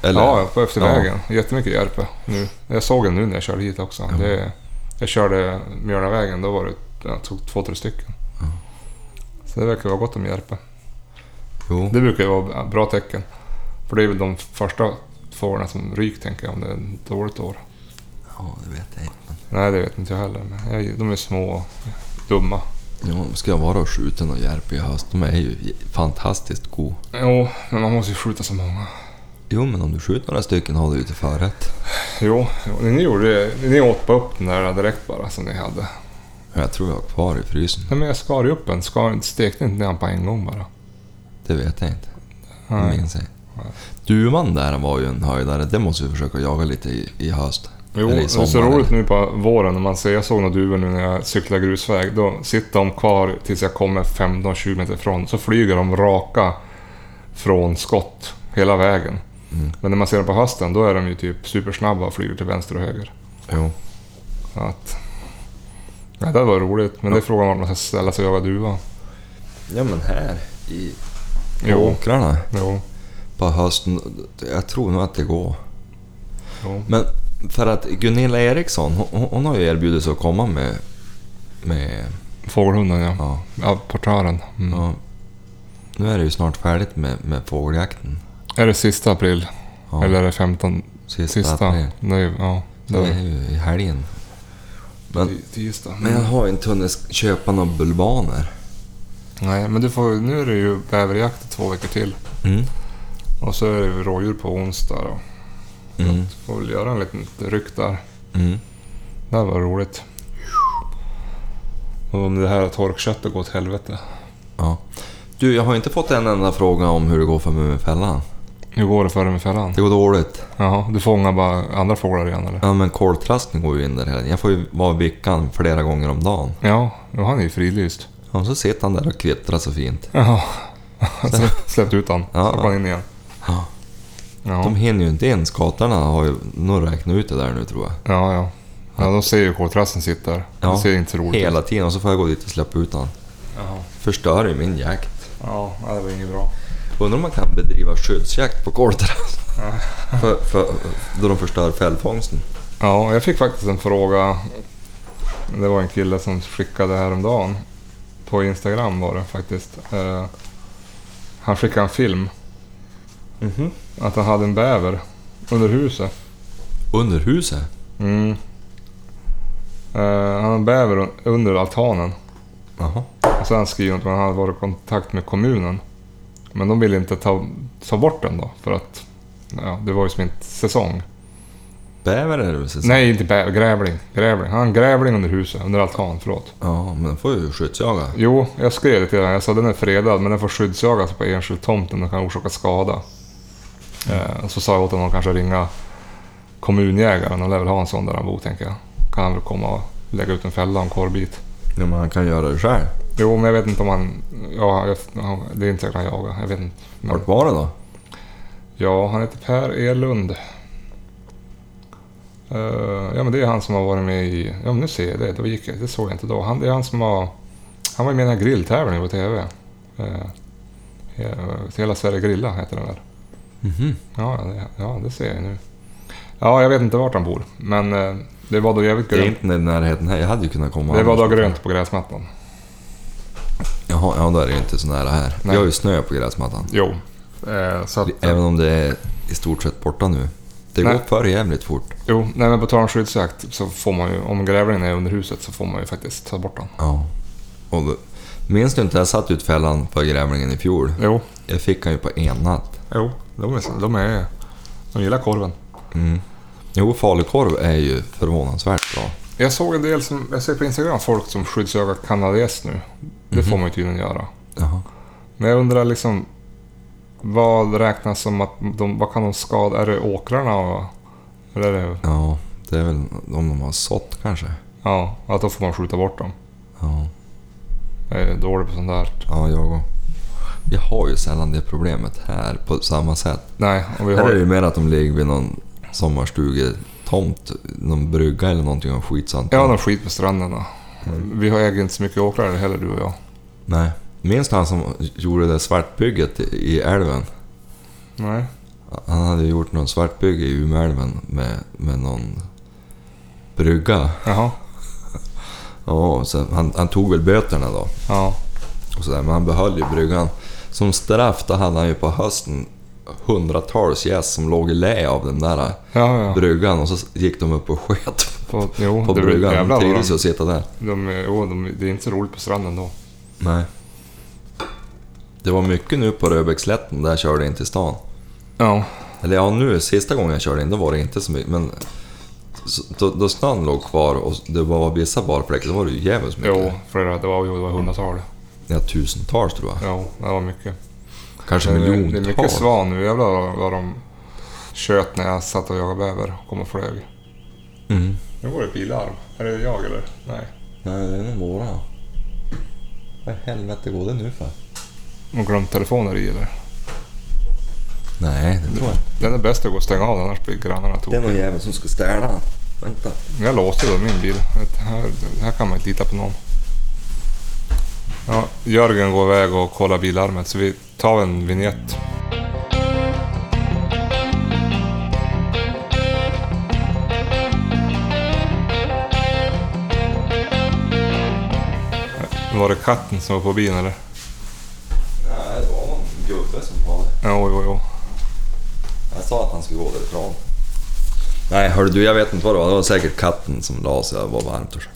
[SPEAKER 1] Eller?
[SPEAKER 3] ja, på efter
[SPEAKER 1] Ja.
[SPEAKER 3] vägen. Jättemycket järpe nu. Jag såg den nu när jag körde hit också. Det, jag körde Mjölnavägen, då var det jag tog två, tre stycken. Så det verkar vara gott om järpe.
[SPEAKER 1] Jo.
[SPEAKER 3] Det brukar ju vara bra tecken. För det är väl de första fåglarna som ryker tänker jag om det är ett dåligt år.
[SPEAKER 1] Ja, det vet jag inte.
[SPEAKER 3] Nej, det vet inte jag heller. Men jag, de är små och dumma.
[SPEAKER 1] Jo, ska jag vara och skjuta någon järp i höst? De är ju fantastiskt god.
[SPEAKER 3] Jo, men man måste ju skjuta så många.
[SPEAKER 1] Jo, men om du skjuter några stycken har du ju till förrätt.
[SPEAKER 3] Jo, jo ni, gjorde, ni åt bara upp den där direkt bara som ni hade.
[SPEAKER 1] Jag tror jag har kvar i frysen.
[SPEAKER 3] Nej, men jag skar ju upp den. Skar, stekte inte den på en gång bara.
[SPEAKER 1] Det vet jag inte. Jag
[SPEAKER 3] Nej.
[SPEAKER 1] minns inte.
[SPEAKER 3] Nej.
[SPEAKER 1] Duvan där var ju en höjdare. Det måste vi försöka jaga lite i, i höst.
[SPEAKER 3] Jo,
[SPEAKER 1] Eller i
[SPEAKER 3] det är så
[SPEAKER 1] sommar,
[SPEAKER 3] roligt
[SPEAKER 1] eller?
[SPEAKER 3] nu på våren när man ser, jag såg några duvor nu när jag cyklade grusväg. Då sitter de kvar tills jag kommer 15-20 meter ifrån. Så flyger de raka från skott hela vägen.
[SPEAKER 1] Mm.
[SPEAKER 3] Men när man ser dem på hösten då är de ju typ supersnabba och flyger till vänster och höger.
[SPEAKER 1] Jo.
[SPEAKER 3] Så att, ja, det var roligt, men det är frågan om man ska ställa sig och jaga duva.
[SPEAKER 1] Ja, men här i
[SPEAKER 3] Jo,
[SPEAKER 1] åkrarna
[SPEAKER 3] jo,
[SPEAKER 1] på hösten. Jag tror nog att det går.
[SPEAKER 3] jo.
[SPEAKER 1] Men för att Gunilla Eriksson, hon, hon har ju erbjudit sig att komma med... med
[SPEAKER 3] Fågelhunden ja.
[SPEAKER 1] ja,
[SPEAKER 3] ja portören. Mm.
[SPEAKER 1] ja. Nu är det ju snart färdigt med, med fågeljakten.
[SPEAKER 3] Är det sista april?
[SPEAKER 1] Ja,
[SPEAKER 3] Eller är det 15?
[SPEAKER 1] sista,
[SPEAKER 3] Sista?
[SPEAKER 1] april.
[SPEAKER 3] Nej, ja.
[SPEAKER 1] Så det är ju i helgen. Men,
[SPEAKER 3] Tisdag.
[SPEAKER 1] men jag har ju inte hunnit köpa några bulbaner.
[SPEAKER 3] Nej, men du får, nu är det ju bäverjakt i två veckor till.
[SPEAKER 1] Mm.
[SPEAKER 3] Och så är det ju rådjur på onsdag. Då.
[SPEAKER 1] Mm.
[SPEAKER 3] Du får väl göra en liten ryck där.
[SPEAKER 1] Mm.
[SPEAKER 3] Det här var roligt. Och om det här torkköttet går åt helvete.
[SPEAKER 1] Ja. Du, jag har inte fått en enda fråga om hur det går för Mumifällan.
[SPEAKER 3] Hur går det för dig med fällan?
[SPEAKER 1] Det går dåligt.
[SPEAKER 3] Jaha, du fångar bara andra fåglar igen eller?
[SPEAKER 1] Ja, men koltrasten går ju in där hela tiden. Jag får ju vara i vickan flera gånger om dagen.
[SPEAKER 3] Ja, nu han är ju fridlyst.
[SPEAKER 1] Och så sitter han där och kvittrar så fint.
[SPEAKER 3] Jaha. Släppt ut han.
[SPEAKER 1] Ja.
[SPEAKER 3] Släpp han in igen.
[SPEAKER 1] Ja. De
[SPEAKER 3] Ja,
[SPEAKER 1] hinner ju inte in. Skatarna har ju nog räknat ut det där nu tror jag.
[SPEAKER 3] ja. ja. Ja, de ser ju koltrasten sitta där.
[SPEAKER 1] Ja,
[SPEAKER 3] Det ser inte så roligt
[SPEAKER 1] Hela tiden. Och så får jag gå dit och släppa ut han.
[SPEAKER 3] Jaha.
[SPEAKER 1] Förstör ju min jakt.
[SPEAKER 3] Ja, ja, det var inget bra.
[SPEAKER 1] Undrar om man kan bedriva skyddsjakt på koltrast. För, för, då de förstör fällfångsten.
[SPEAKER 3] Ja, jag fick faktiskt en fråga. Det var en kille som skickade häromdagen. På Instagram var det faktiskt. Eh, han skickade en film.
[SPEAKER 1] Mhm.
[SPEAKER 3] Att han hade en bäver under huset.
[SPEAKER 1] Under huset?
[SPEAKER 3] Mm. Eh, han har en bäver un- under altanen.
[SPEAKER 1] Jaha.
[SPEAKER 3] Och så har han skrivit att han hade varit i kontakt med kommunen. Men de ville inte ta, ta bort den då. För att ja, det var ju som inte säsong.
[SPEAKER 1] Bäver är det väl? så-
[SPEAKER 3] Nej, inte bäver. Grävling. Grävling. Han har en grävling under huset. Under altan, förlåt.
[SPEAKER 1] Ja, men då får ju skyddsjaga.
[SPEAKER 3] Jo, jag skrev det till honom. Jag sa den är fredad men den får skyddsjagas på enskild tomt om den kan orsaka skada. Eh, så sa jag åt honom att kanske ringa kommunjägaren. De lär väl ha en sån där han bor tänker jag. Kan han väl komma och lägga ut en fälla och en korvbit.
[SPEAKER 1] Ja, men han kan göra det själv.
[SPEAKER 3] Jo, men jag vet inte om han... Ja, jag, ja, det är inte säkert han jagar. Jag vet inte. Men,
[SPEAKER 1] Vart var det då?
[SPEAKER 3] ja, han heter Per Elund. Eh, ja, men det är han som har varit med i... Ja, men nu ser jag det. Det, gick, jag- det såg jag inte då. Han, det är han som har... Han var med i den här grilltävlingen på TV. Eh, eh, Hela Sverige grilla heter den där.
[SPEAKER 1] Mhm.
[SPEAKER 3] Ja, det, ja, det ser jag nu. Ja, jag vet inte vart han bor. Men eh, det var då jävligt
[SPEAKER 1] Det är
[SPEAKER 3] grönt.
[SPEAKER 1] inte i närheten här. Jag hade ju kunnat komma.
[SPEAKER 3] Det var då
[SPEAKER 1] annars.
[SPEAKER 3] grönt på gräsmattan.
[SPEAKER 1] Jaha, ja då är det ju inte så nära här.
[SPEAKER 3] Nej.
[SPEAKER 1] Vi har ju snö på gräsmattan.
[SPEAKER 3] Jo, Eh, så att,
[SPEAKER 1] Även om det är i stort sett borta nu. Det
[SPEAKER 3] Nej.
[SPEAKER 1] går för jävligt fort.
[SPEAKER 3] jo, nej, men på tal om skyddsjakt så får man ju, om grävlingen är under huset så får man ju faktiskt ta bort den.
[SPEAKER 1] Ja. Och då, minns du inte jag satt ut fällan för grävlingen i fjol?
[SPEAKER 3] Jo,
[SPEAKER 1] Jag fick han ju på en natt.
[SPEAKER 3] jo, de är, så- de är, de gillar korven.
[SPEAKER 1] Jo, falukorv är ju förvånansvärt bra.
[SPEAKER 3] Jag såg en del som, jag ser på Instagram folk som skyddsjagar kanadagäss nu. Det
[SPEAKER 1] Mhm.
[SPEAKER 3] får man ju tydligen göra.
[SPEAKER 1] Jaha.
[SPEAKER 3] Men jag undrar liksom, vad räknas som att de, vad kan de skada? Är det åkrarna och, eller är det,
[SPEAKER 1] Ja, det är väl de de har sått kanske.
[SPEAKER 3] ja, att då får man skjuta bort dem.
[SPEAKER 1] Ja,
[SPEAKER 3] Jag är dålig på sånt där.
[SPEAKER 1] ja jag och. Jag har ju sällan det problemet här på samma sätt.
[SPEAKER 3] Nej, och vi
[SPEAKER 1] Här är det
[SPEAKER 3] har,
[SPEAKER 1] ju mer att de ligger vid någon sommarstugetomt, någon brygga eller någonting och skit sånt.
[SPEAKER 3] jag har någon skit på stränderna.
[SPEAKER 1] Mm.
[SPEAKER 3] Vi har äger inte så mycket åkrar heller du och jag.
[SPEAKER 1] Nej. Minns du han som gjorde det svartbygget i- i älven?
[SPEAKER 3] Nej.
[SPEAKER 1] Han hade ju gjort någon svartbygge i Umeälven med, med någon brygga.
[SPEAKER 3] Jaha.
[SPEAKER 1] Ja, så han, han tog väl böterna då.
[SPEAKER 3] Ja.
[SPEAKER 1] Och så där, men han behöll ju bryggan. Som straff då hade han ju på hösten hundratals gäss som låg i lä av den där
[SPEAKER 3] Ja, ja.
[SPEAKER 1] bryggan och så gick de upp och sket
[SPEAKER 3] På, jo,
[SPEAKER 1] på
[SPEAKER 3] det blir
[SPEAKER 1] bryggan.
[SPEAKER 3] jävla
[SPEAKER 1] De trivdes ju
[SPEAKER 3] de,
[SPEAKER 1] att sitta där.
[SPEAKER 3] de, är- jo, de, det är inte så roligt på stranden då.
[SPEAKER 1] Nej. Det var mycket nu på Röbäckslätten där jag körde in till stan.
[SPEAKER 3] Ja.
[SPEAKER 1] Eller ja, nu sista gången jag körde in, då var det inte så mycket. Men så, då, då snön låg kvar och det var vissa barfläckar, då var det ju jävligt mycket.
[SPEAKER 3] Jo, flera. Det var, jo, det var hundratal.
[SPEAKER 1] Ja, tusentals tror jag.
[SPEAKER 3] Jo, det var mycket.
[SPEAKER 1] Kanske
[SPEAKER 3] Det är, det är mycket
[SPEAKER 1] miljontals.
[SPEAKER 3] svan nu. Jävlar vad de tjöt när jag satt och jagade bäver och kom och flög.
[SPEAKER 1] Mm.
[SPEAKER 3] Nu går det bilarm. Är det jag eller? Nej.
[SPEAKER 1] Nej, det är nog våra. Vad i helvete går det nu för?
[SPEAKER 3] De glömt telefoner i eller?
[SPEAKER 1] Nej, det tror jag inte.
[SPEAKER 3] Den är bäst att gå och stänga av annars blir grannarna
[SPEAKER 1] Det är
[SPEAKER 3] tokiga.
[SPEAKER 1] någon jävel som ska städa den. Vänta.
[SPEAKER 3] Jag låste då min bil. Det här, det här kan man inte lita på någon. Ja, Jörgen går iväg och kollar bilarmet så vi tar en vignett. Var det katten som var på bilen eller?
[SPEAKER 1] Nej, det var någon gubbe som var det.
[SPEAKER 3] Jo, jo, jo.
[SPEAKER 1] Jag sa att han skulle gå därifrån. Nej, hörru du, jag vet inte vad det var. Det var säkert katten som la sig. Det var varmt. och så.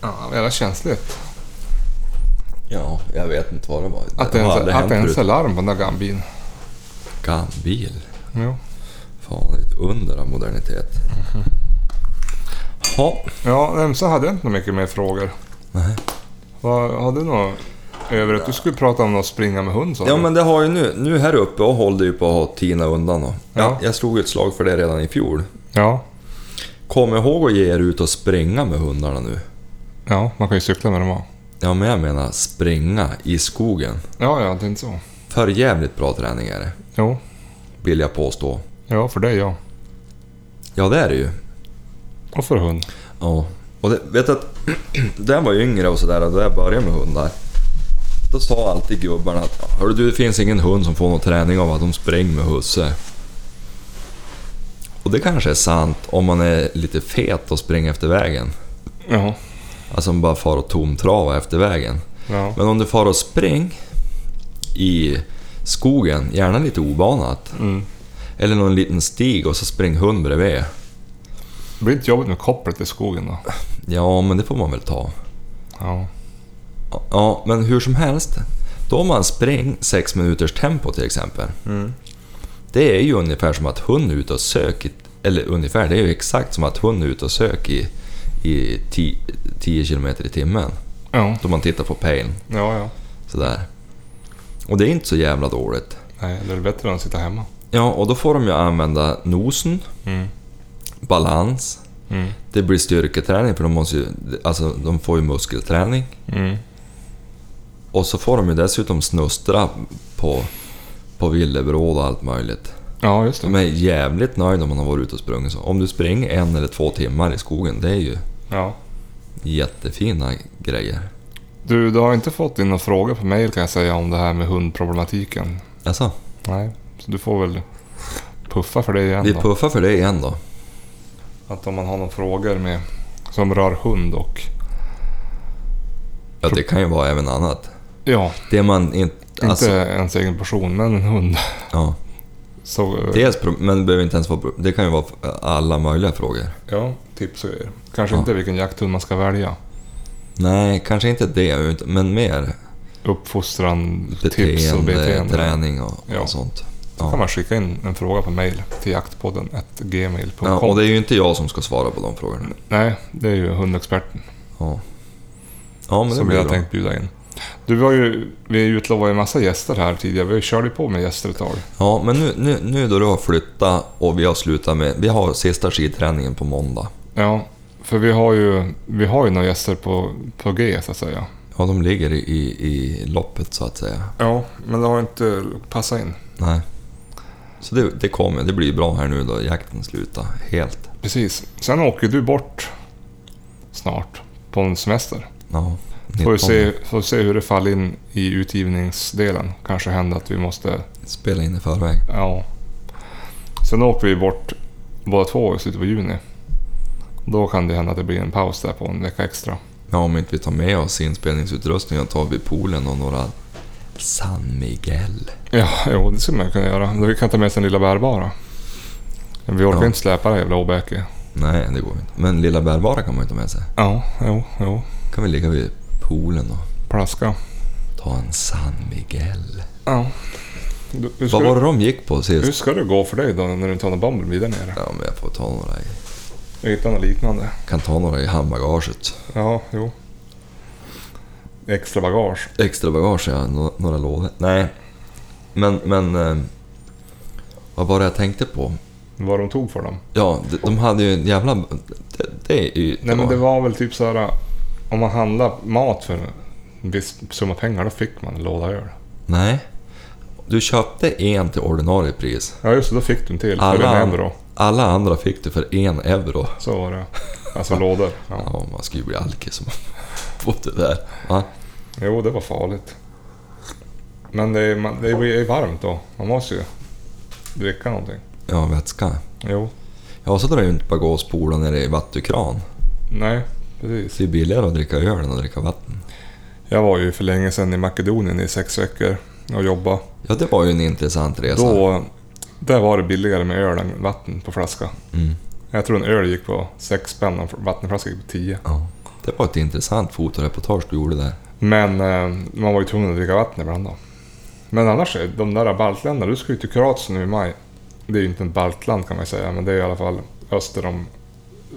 [SPEAKER 3] Ja, jävla känsligt.
[SPEAKER 1] Ja, jag vet inte vad det var.
[SPEAKER 3] Att det ens,
[SPEAKER 1] har aldrig
[SPEAKER 3] att det
[SPEAKER 1] hänt
[SPEAKER 3] ens är
[SPEAKER 1] förut.
[SPEAKER 3] larm på den där gamla bilen.
[SPEAKER 1] Gambil.
[SPEAKER 3] Jo.
[SPEAKER 1] Fan, det är ett under av modernitet. Ja,
[SPEAKER 3] Ja, nej, men så hade jag inte mycket mer frågor.
[SPEAKER 1] Nej.
[SPEAKER 3] Vad, har du något över att du skulle prata om att springa med hund sa
[SPEAKER 1] ja
[SPEAKER 3] du?
[SPEAKER 1] men det har ju nu. Nu här uppe och håller ju på att tina undan. Då.
[SPEAKER 3] Ja.
[SPEAKER 1] Ja. Jag slog ett slag för det redan i fjol.
[SPEAKER 3] Ja.
[SPEAKER 1] Kom ihåg att ge er ut och springa med hundarna nu.
[SPEAKER 3] Ja, man kan ju cykla med dem också.
[SPEAKER 1] Ja, men jag menar springa i skogen.
[SPEAKER 3] Ja, ja, det är inte så.
[SPEAKER 1] För jävligt bra träning är det,
[SPEAKER 3] Jo.
[SPEAKER 1] vill jag påstå.
[SPEAKER 3] Ja, för dig ja.
[SPEAKER 1] Ja, det är det ju.
[SPEAKER 3] Och för hund.
[SPEAKER 1] Ja. Och det, vet du att, när jag var yngre och sådär, och då jag började med hundar. Då sa alltid gubbarna att Hörru du, det finns ingen hund som får någon träning av att de springer med husse. Och det kanske är sant om man är lite fet och springer efter vägen.
[SPEAKER 3] Ja.
[SPEAKER 1] Alltså man bara far och tomtrava efter vägen.
[SPEAKER 3] Ja.
[SPEAKER 1] Men om du far och spring i skogen, gärna lite obanat.
[SPEAKER 3] Mm.
[SPEAKER 1] Eller någon liten stig och så spring hund bredvid.
[SPEAKER 3] Det blir inte jobbigt med kopplet i skogen då?
[SPEAKER 1] Ja, men det får man väl ta.
[SPEAKER 3] Ja.
[SPEAKER 1] Ja, men hur som helst. Då om man spring sex minuters tempo till exempel. Det är ju ungefär som att hund är ute och söker, eller ungefär, det är ju exakt som att hund är ute och söker i, i 10 10 km i timmen.
[SPEAKER 3] Ja.
[SPEAKER 1] Då man tittar på pejlen
[SPEAKER 3] Ja, ja.
[SPEAKER 1] sådär. Och det är inte så jävla dåligt.
[SPEAKER 3] Nej, det är bättre än att sitta hemma.
[SPEAKER 1] Ja, och då får de ju använda nosen,
[SPEAKER 3] Mm.
[SPEAKER 1] balans.
[SPEAKER 3] Mm.
[SPEAKER 1] Det blir styrketräning för de måste ju, alltså de får ju muskelträning.
[SPEAKER 3] Mm.
[SPEAKER 1] Och så får de ju dessutom snustra på, på villebråd och allt möjligt.
[SPEAKER 3] Ja, just
[SPEAKER 1] De
[SPEAKER 3] det.
[SPEAKER 1] är jävligt nöjda om man har varit ute och sprungit så. Om du springer en eller två timmar i skogen, det är ju
[SPEAKER 3] Ja.
[SPEAKER 1] jättefina grejer.
[SPEAKER 3] Du, du har inte fått in några frågor på mail kan jag säga om det här med hundproblematiken.
[SPEAKER 1] Alltså,
[SPEAKER 3] Nej, så du får väl puffa för det igen
[SPEAKER 1] vi
[SPEAKER 3] då.
[SPEAKER 1] puffar för det igen då.
[SPEAKER 3] Att om man har några frågor med, som rör hund och...
[SPEAKER 1] Ja, det kan ju vara även annat.
[SPEAKER 3] Ja,
[SPEAKER 1] Det man inte
[SPEAKER 3] Inte
[SPEAKER 1] Alltså-
[SPEAKER 3] ens egen person, men en hund.
[SPEAKER 1] Ja.
[SPEAKER 3] Så, eh,
[SPEAKER 1] Dels, pro- men det behöver inte ens vara... pro- Det kan ju vara alla möjliga frågor.
[SPEAKER 3] ja, typ tips och grejer. Kanske
[SPEAKER 1] Ja.
[SPEAKER 3] inte vilken jakthund man ska välja.
[SPEAKER 1] Nej, kanske inte det, ut- men mer
[SPEAKER 3] Uppfostran, tips och
[SPEAKER 1] beteende,
[SPEAKER 3] beteende.
[SPEAKER 1] träning och,
[SPEAKER 3] Ja.
[SPEAKER 1] och sånt.
[SPEAKER 3] Då kan
[SPEAKER 1] Ja.
[SPEAKER 3] man skicka in en fråga på mail till jaktpodden gmail.com.
[SPEAKER 1] Ja, och det är ju inte jag som ska svara på de frågorna.
[SPEAKER 3] Nej, det är ju hundexperten
[SPEAKER 1] Ja, ja men det
[SPEAKER 3] som
[SPEAKER 1] blir
[SPEAKER 3] vi har
[SPEAKER 1] bra.
[SPEAKER 3] tänkt bjuda in. Du, vi, har ju, vi utlovade ju en massa gäster här tidigare. Vi körde ju på med gäster ett tag.
[SPEAKER 1] Ja, men nu, nu, nu då du har flyttat och vi har slutat med... Vi har sista skidträningen på måndag.
[SPEAKER 3] Ja, för vi har ju, vi har ju några gäster på, på G så att säga.
[SPEAKER 1] Ja, de ligger i, i, i loppet så att säga.
[SPEAKER 3] Ja, men det har inte passat in.
[SPEAKER 1] Nej. Så det, det kommer, det blir bra här nu då jakten slutar helt.
[SPEAKER 3] Precis. Sen åker du bort snart på en semester.
[SPEAKER 1] Ja,
[SPEAKER 3] Får vi
[SPEAKER 1] 19.
[SPEAKER 3] se, får vi se hur det faller in i utgivningsdelen. Kanske händer att vi måste...
[SPEAKER 1] Spela in i förväg.
[SPEAKER 3] Ja. Sen åker vi bort båda två i slutet på juni. Då kan det hända att det blir en paus där på en vecka extra.
[SPEAKER 1] Ja, om inte vi tar med oss inspelningsutrustningen tar vi poolen och några San Miguel.
[SPEAKER 3] Ja, jo, det skulle man kunna göra. Vi kan ta med oss den lilla bärbara. Men vi orkar
[SPEAKER 1] Ja.
[SPEAKER 3] inte släpa det här jävla Åbäke.
[SPEAKER 1] Nej, det går inte. Men lilla bärbara kan man ju ta med sig.
[SPEAKER 3] Ja, jo, jo.
[SPEAKER 1] kan vi ligga vid poolen och
[SPEAKER 3] Plaska.
[SPEAKER 1] ta en San Miguel.
[SPEAKER 3] Ja. Du, hur, ska
[SPEAKER 1] Vad var
[SPEAKER 3] du,
[SPEAKER 1] det de gick på sist?
[SPEAKER 3] hur ska det gå för dig då när du inte har någon Bumblebee där nere?
[SPEAKER 1] Ja, men jag får ta några i...
[SPEAKER 3] Jag hittade något liknande.
[SPEAKER 1] Kan ta några i handbagaget.
[SPEAKER 3] Ja, jo. Extra bagage.
[SPEAKER 1] Extra bagage, ja. Nå- Några lådor. Nej. Men, men... eh, Vad var det jag tänkte på?
[SPEAKER 3] Vad de tog för dem.
[SPEAKER 1] Ja, de- de hade ju en jävla... Det, det är ju...
[SPEAKER 3] Nej men det var väl typ så här. Om man handlar mat för en viss summa pengar då fick man en låda öl.
[SPEAKER 1] Nej. Du köpte en till ordinarie pris.
[SPEAKER 3] Ja just det, då fick du en till. För
[SPEAKER 1] Alla-
[SPEAKER 3] en euro.
[SPEAKER 1] Alla andra fick du för en euro.
[SPEAKER 3] Så var det. Alltså lådor. Ja.
[SPEAKER 1] Ja, man ska ju bli alkis om man får det där. Va?
[SPEAKER 3] Jo, det var farligt. Men det, är, man, det blir ju varmt då. Man måste ju dricka någonting.
[SPEAKER 1] Ja, vätska.
[SPEAKER 3] Jo.
[SPEAKER 1] Ja, så drar jag ju inte bara gå och spola när det är vattukran.
[SPEAKER 3] Nej, precis.
[SPEAKER 1] Det är billigare att dricka öl än att dricka vatten.
[SPEAKER 3] Jag var ju för länge sedan i Makedonien i sex veckor och jobbade.
[SPEAKER 1] Ja, det var ju en intressant resa.
[SPEAKER 3] Då, där var det billigare med öl än vatten på flaska.
[SPEAKER 1] Mm.
[SPEAKER 3] Jag tror en öl gick på sex spänn och en vattenflaska gick på tio.
[SPEAKER 1] Ja. Det var ett intressant fotoreportage du gjorde där.
[SPEAKER 3] Men eh, man var ju tvungen att dricka vatten ibland då. Men annars, är de där baltländerna, du ska ju till Kroatien nu i maj. Det är ju inte ett baltland kan man ju säga, men det är i alla fall öster om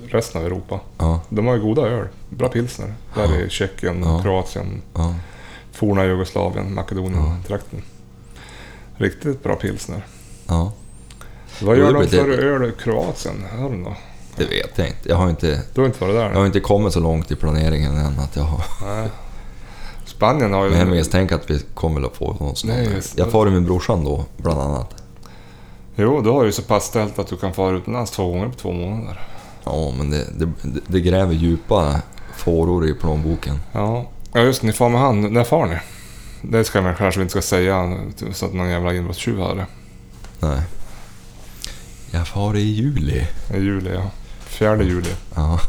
[SPEAKER 3] resten av Europa.
[SPEAKER 1] Ja,
[SPEAKER 3] De har ju goda öl, bra pilsner. Där i Tjeckien,
[SPEAKER 1] Ja.
[SPEAKER 3] Kroatien,
[SPEAKER 1] ja.
[SPEAKER 3] forna Jugoslavien,
[SPEAKER 1] Ja.
[SPEAKER 3] Makedonien-trakten. Riktigt bra pilsner.
[SPEAKER 1] ja.
[SPEAKER 3] Vad
[SPEAKER 1] Jo,
[SPEAKER 3] gör
[SPEAKER 1] men
[SPEAKER 3] de
[SPEAKER 1] det-
[SPEAKER 3] för öl i Kroatien? Har de då?
[SPEAKER 1] Det vet jag inte. Jag har inte,
[SPEAKER 3] Du har inte varit där?
[SPEAKER 1] jag har inte kommit så långt i planeringen än att jag har...
[SPEAKER 3] Nej. Spanien har ju...
[SPEAKER 1] Men jag misstänker att vi kommer att få någon sån
[SPEAKER 3] Nej,
[SPEAKER 1] där.
[SPEAKER 3] just det.
[SPEAKER 1] Jag far ju med brorsan då, bland annat.
[SPEAKER 3] Jo, du har ju så pass ställt att du kan fara utomlands två gånger på två månader.
[SPEAKER 1] Ja, men det, det, det- det gräver djupa fåror i plånboken.
[SPEAKER 3] Ja, ja just det, ni far med han. När far ni? Det ska man kanske inte ska säga så att någon jävla inbrottstjuv hör det.
[SPEAKER 1] Nej. Jag far i juli.
[SPEAKER 3] I juli, ja. Fjärde juli.
[SPEAKER 1] Ja.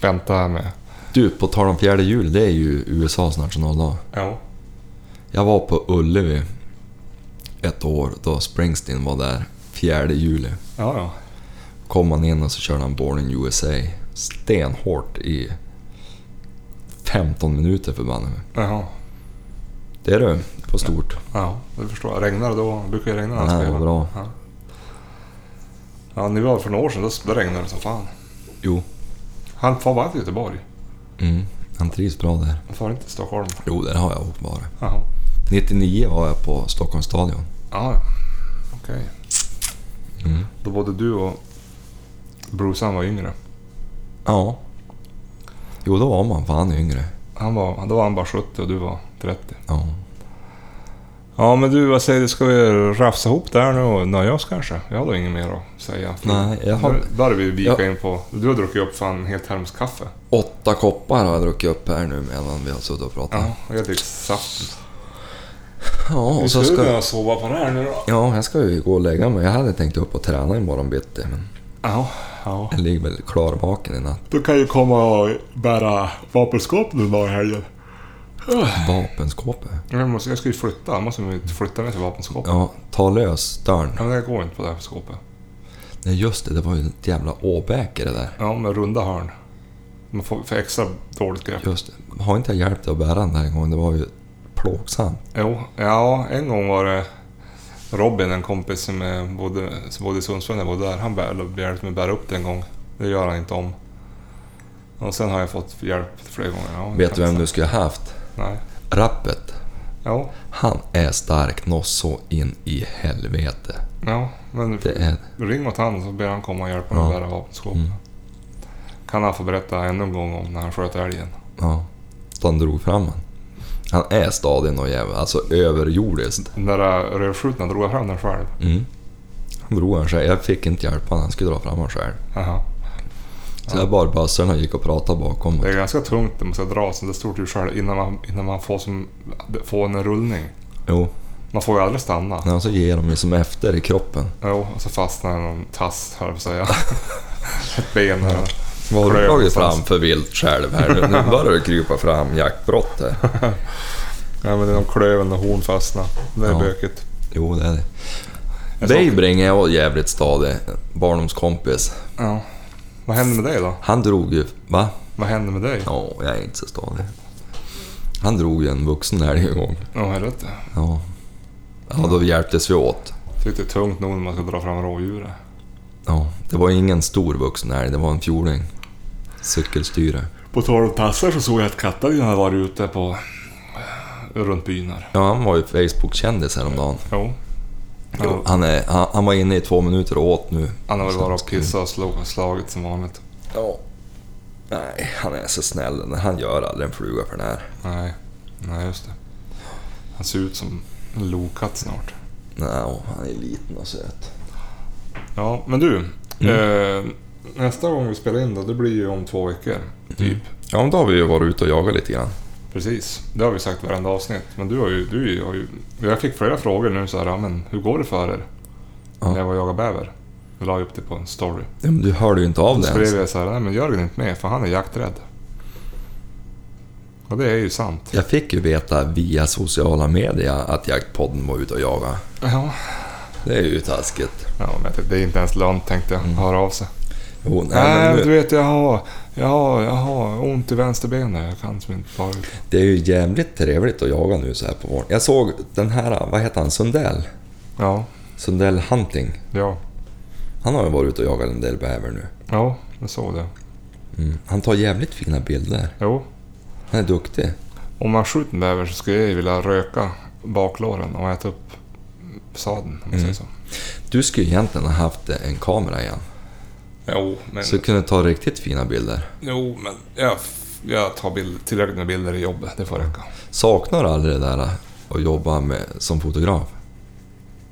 [SPEAKER 3] Vänta här med.
[SPEAKER 1] Du, på tal om fjärde juli, det är ju USAs nationaldag.
[SPEAKER 3] Ja.
[SPEAKER 1] Jag var på Ullevi ett år då Springsteen var där, fjärde juli.
[SPEAKER 3] Ja, ja.
[SPEAKER 1] Kom han in och så körde han Born in USA stenhårt i 15 minuter förbanne mig.
[SPEAKER 3] Jaha.
[SPEAKER 1] Det är du, på stort.
[SPEAKER 3] Ja, det förstår jag. Regnar det då? Brukar ju regna när han
[SPEAKER 1] Nej,
[SPEAKER 3] spelar.
[SPEAKER 1] vad bra.
[SPEAKER 3] Ja. ja, nu var det för några år sedan. Då, då regnade det som fan.
[SPEAKER 1] Jo.
[SPEAKER 3] Han far bara till Göteborg.
[SPEAKER 1] Mm. Han trivs bra där.
[SPEAKER 3] Han far inte till Stockholm.
[SPEAKER 1] Jo, där har jag åkt bara.
[SPEAKER 3] Jaha.
[SPEAKER 1] 99 var jag på Stockholms stadion.
[SPEAKER 3] Ja, ja. Okej.
[SPEAKER 1] Mm.
[SPEAKER 3] Då både du och brorsan var yngre.
[SPEAKER 1] Ja. Jo, då var man fan yngre.
[SPEAKER 3] Han var, då var han bara 70 och du var 30.
[SPEAKER 1] Ja.
[SPEAKER 3] Ja, men du, vad säger du? Ska vi rafsa ihop där nu och nöja oss kanske? Jag har då inget mer att säga.
[SPEAKER 1] Nej, jag har-
[SPEAKER 3] Nu börjar vi vika
[SPEAKER 1] Ja.
[SPEAKER 3] in på... Du har druckit upp fan en hel termos kaffe.
[SPEAKER 1] Åtta koppar har jag druckit upp här nu medan vi har suttit och pratat.
[SPEAKER 3] Ja, och jag dricker saft.
[SPEAKER 1] Ja,
[SPEAKER 3] Vi
[SPEAKER 1] och så
[SPEAKER 3] skulle
[SPEAKER 1] ska...
[SPEAKER 3] kunna sova på den här nu då.
[SPEAKER 1] Ja, jag ska ju gå och lägga mig. Jag hade tänkt upp och träna imorgon bitti, men
[SPEAKER 3] Ja, ja.
[SPEAKER 1] jag ligger väl klarvaken i natt.
[SPEAKER 3] Du kan ju komma och bära vapenskåp nu då i helgen.
[SPEAKER 1] Vapenskåpet.
[SPEAKER 3] Men Jag, måste, jag ska ju flytta. Jag måste ju flytta ner till vapenskåpet. Ja.
[SPEAKER 1] Ja, ta lös dörren.
[SPEAKER 3] men det går inte på det här skåpet.
[SPEAKER 1] Nej just det, det var ju ett jävla åbäke det där.
[SPEAKER 3] Ja, med runda hörn. Man får för extra dåligt grepp.
[SPEAKER 1] Just det. Har inte jag hjälpt dig att bära den där en gång? Det var ju plågsamt.
[SPEAKER 3] Jo, ja, en gång var det Robin, en kompis som eh, bodde, som bodde i Sundsvall när jag bodde där. Han bär- hjälpte mig bära upp det en gång. Det gör han inte om. Och sen har jag fått hjälp flera gånger. Ja,
[SPEAKER 1] Vet du vem du skulle ha haft?
[SPEAKER 3] Nej.
[SPEAKER 1] Rappet.
[SPEAKER 3] Jo,
[SPEAKER 1] Han är stark nå så in i helvete.
[SPEAKER 3] ja, men
[SPEAKER 1] Det är...
[SPEAKER 3] ring åt han så ber han komma och hjälpa mig
[SPEAKER 1] Ja.
[SPEAKER 3] att bära vapenskåpet.
[SPEAKER 1] Mm.
[SPEAKER 3] Kan han få berätta ännu en gång om när han sköt älgen?
[SPEAKER 1] Ja. Så han drog fram han. Han är stadig och jävla, alltså överjordiskt.
[SPEAKER 3] Den där eh, rövskjutna, drog jag fram den själv?
[SPEAKER 1] Mm. Han drog han själv. Jag fick inte hjälpa honom, han skulle dra fram han själv.
[SPEAKER 3] Jaha.
[SPEAKER 1] Så jag bar bössorna och gick och pratade bakom.
[SPEAKER 3] Det är ganska tungt när man ska dra sånt där stort djur själv innan man, innan man får, som, får en rullning.
[SPEAKER 1] Jo,
[SPEAKER 3] Man får ju aldrig stanna.
[SPEAKER 1] men så ger de ju som efter i kroppen.
[SPEAKER 3] Jo, och så fastnar någon tass, höll jag på att säga. Ett ben här.
[SPEAKER 1] Vad har du
[SPEAKER 3] Klöv
[SPEAKER 1] dragit
[SPEAKER 3] någonstans.
[SPEAKER 1] fram för vilt själv här nu? Nu börjar du krypa fram jaktbrott här.
[SPEAKER 3] Ja, men det är någon klöven och horn fastnar. Det är
[SPEAKER 1] Ja.
[SPEAKER 3] bökigt.
[SPEAKER 1] Jo, det är det.
[SPEAKER 3] Jag sa-
[SPEAKER 1] Weibring är också jävligt stadig. Barndomskompis.
[SPEAKER 3] Ja. Vad händer med dig då?
[SPEAKER 1] Han drog ju... Va?
[SPEAKER 3] Vad händer med dig?
[SPEAKER 1] Ja, jag är inte så stadig. Han drog ju en vuxen älg en gång.
[SPEAKER 3] Åh helvete.
[SPEAKER 1] Ja. Ja, då hjälptes vi åt.
[SPEAKER 3] Tyckte det är tungt nog när man ska dra fram rådjuret.
[SPEAKER 1] Ja, det var ingen stor vuxen älg, det var en fjording. Cykelstyre.
[SPEAKER 3] På tal om tassar så såg jag att Katalin hade varit ute på... Runt byn här.
[SPEAKER 1] Ja, han var ju Facebook-kändis häromdagen.
[SPEAKER 3] Jo. Ja,
[SPEAKER 1] Han, är, han, han var inne i två minuter och åt nu.
[SPEAKER 3] han har väl varit och kissat och slå- slagit som vanligt.
[SPEAKER 1] Ja. Nej, han är så snäll. Han gör aldrig en fluga för när.
[SPEAKER 3] Nej, nej just det. Han ser ut som en lokatt snart.
[SPEAKER 1] Nej, åh, han är liten och söt.
[SPEAKER 3] Ja, men du.
[SPEAKER 1] Mm.
[SPEAKER 3] Eh, nästa gång vi spelar in då, det blir ju om två veckor. Typ.
[SPEAKER 1] Ja, men då har vi ju varit ute och jagat lite grann.
[SPEAKER 3] Precis. Det har vi sagt varenda avsnitt. Men du har ju... Du har ju jag fick flera frågor nu så här, ja, men hur går det för er?
[SPEAKER 1] Ja.
[SPEAKER 3] När jag var och jagade bäver. Då la jag upp det på en story.
[SPEAKER 1] Ja, men du hörde ju inte av
[SPEAKER 3] Då
[SPEAKER 1] det ens.
[SPEAKER 3] skrev jag så här, nej men Jörgen är inte med för han är jakträdd. Och det är ju sant.
[SPEAKER 1] Jag fick ju veta via sociala media att jaktpodden var ute och jagade.
[SPEAKER 3] Ja,
[SPEAKER 1] Det är ju taskigt.
[SPEAKER 3] ja men jag tänkte, det är inte ens lönt tänkte
[SPEAKER 1] Mm.
[SPEAKER 3] jag, höra av sig.
[SPEAKER 1] Jo, nej,
[SPEAKER 3] Nej,
[SPEAKER 1] men
[SPEAKER 3] Äh, du
[SPEAKER 1] nu,
[SPEAKER 3] vet jag har, jag, har, jag har ont i vänsterbenet. Jag kan som inte fara ut.
[SPEAKER 1] det är ju jävligt trevligt att jaga nu så här på våren. Jag såg den här, vad heter han, Sundell?
[SPEAKER 3] Ja,
[SPEAKER 1] Sundell Hunting.
[SPEAKER 3] ja,
[SPEAKER 1] Han har ju varit ute och jagat en del bäver nu.
[SPEAKER 3] ja, jag såg det.
[SPEAKER 1] Mm. Han tar jävligt fina bilder.
[SPEAKER 3] Jo,
[SPEAKER 1] Han är duktig.
[SPEAKER 3] om man skjuter en bäver så skulle jag ju vilja röka baklåren och äta upp sadeln om man
[SPEAKER 1] Mm.
[SPEAKER 3] säger så.
[SPEAKER 1] Du skulle ju egentligen ha haft en kamera igen.
[SPEAKER 3] Jo, men,
[SPEAKER 1] Så du kunde ta riktigt fina bilder.
[SPEAKER 3] jo, men jag, jag tar bild, tillräckligt med bilder i jobbet. Det får räcka.
[SPEAKER 1] Mm. Saknar du aldrig det där att jobba med, som fotograf?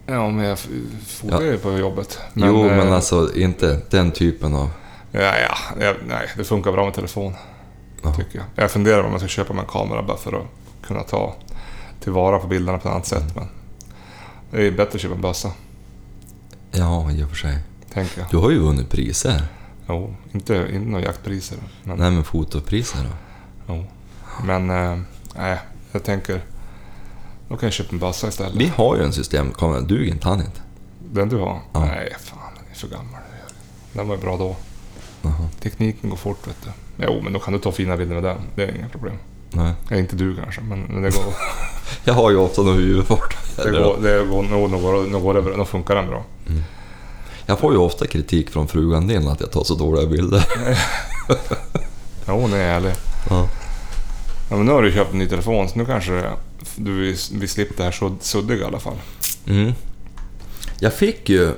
[SPEAKER 3] Ja, men jag f- fotar ju på jobbet.
[SPEAKER 1] jo,
[SPEAKER 3] eh,
[SPEAKER 1] men alltså inte den typen av...
[SPEAKER 3] Ja, ja, ja, nej, det funkar bra med telefon.
[SPEAKER 1] Ja.
[SPEAKER 3] Tycker jag. jag funderar om jag ska köpa mig en kamera bara för att kunna ta tillvara på bilderna på ett annat sätt. Men det är bättre att köpa en bössa,
[SPEAKER 1] Ja, i och för sig.
[SPEAKER 3] tänker jag.
[SPEAKER 1] Du har ju vunnit priser.
[SPEAKER 3] Jo, inte, inte några jaktpriser. Men,
[SPEAKER 1] Nej, men fotopriser då?
[SPEAKER 3] jo. men eh, nej, jag tänker... Då kan jag köpa en bössa istället.
[SPEAKER 1] Vi har ju en systemkamera, duger inte han inte?
[SPEAKER 3] Den du har?
[SPEAKER 1] Ja.
[SPEAKER 3] Nej, fan den är för gammal. Den var ju bra då.
[SPEAKER 1] Jaha.
[SPEAKER 3] Tekniken går fort vet du. Jo, men då kan du ta fina bilder med den. Det är inga problem.
[SPEAKER 1] Nej.
[SPEAKER 3] Ja, inte du kanske, men men det går.
[SPEAKER 1] Jag har ju ofta något huvud borta.
[SPEAKER 3] Det går, det går, nog, nog, går, nog, går det, bra, nog funkar den bra.
[SPEAKER 1] Jag får ju ofta kritik från frugan din att jag tar så dåliga bilder.
[SPEAKER 3] Ja, hon är ärlig.
[SPEAKER 1] Ja.
[SPEAKER 3] Ja, men nu har du köpt en ny telefon så nu kanske det- du vill, vi slipper det här sudd- suddiga i alla fall.
[SPEAKER 1] Mm. Jag fick ju,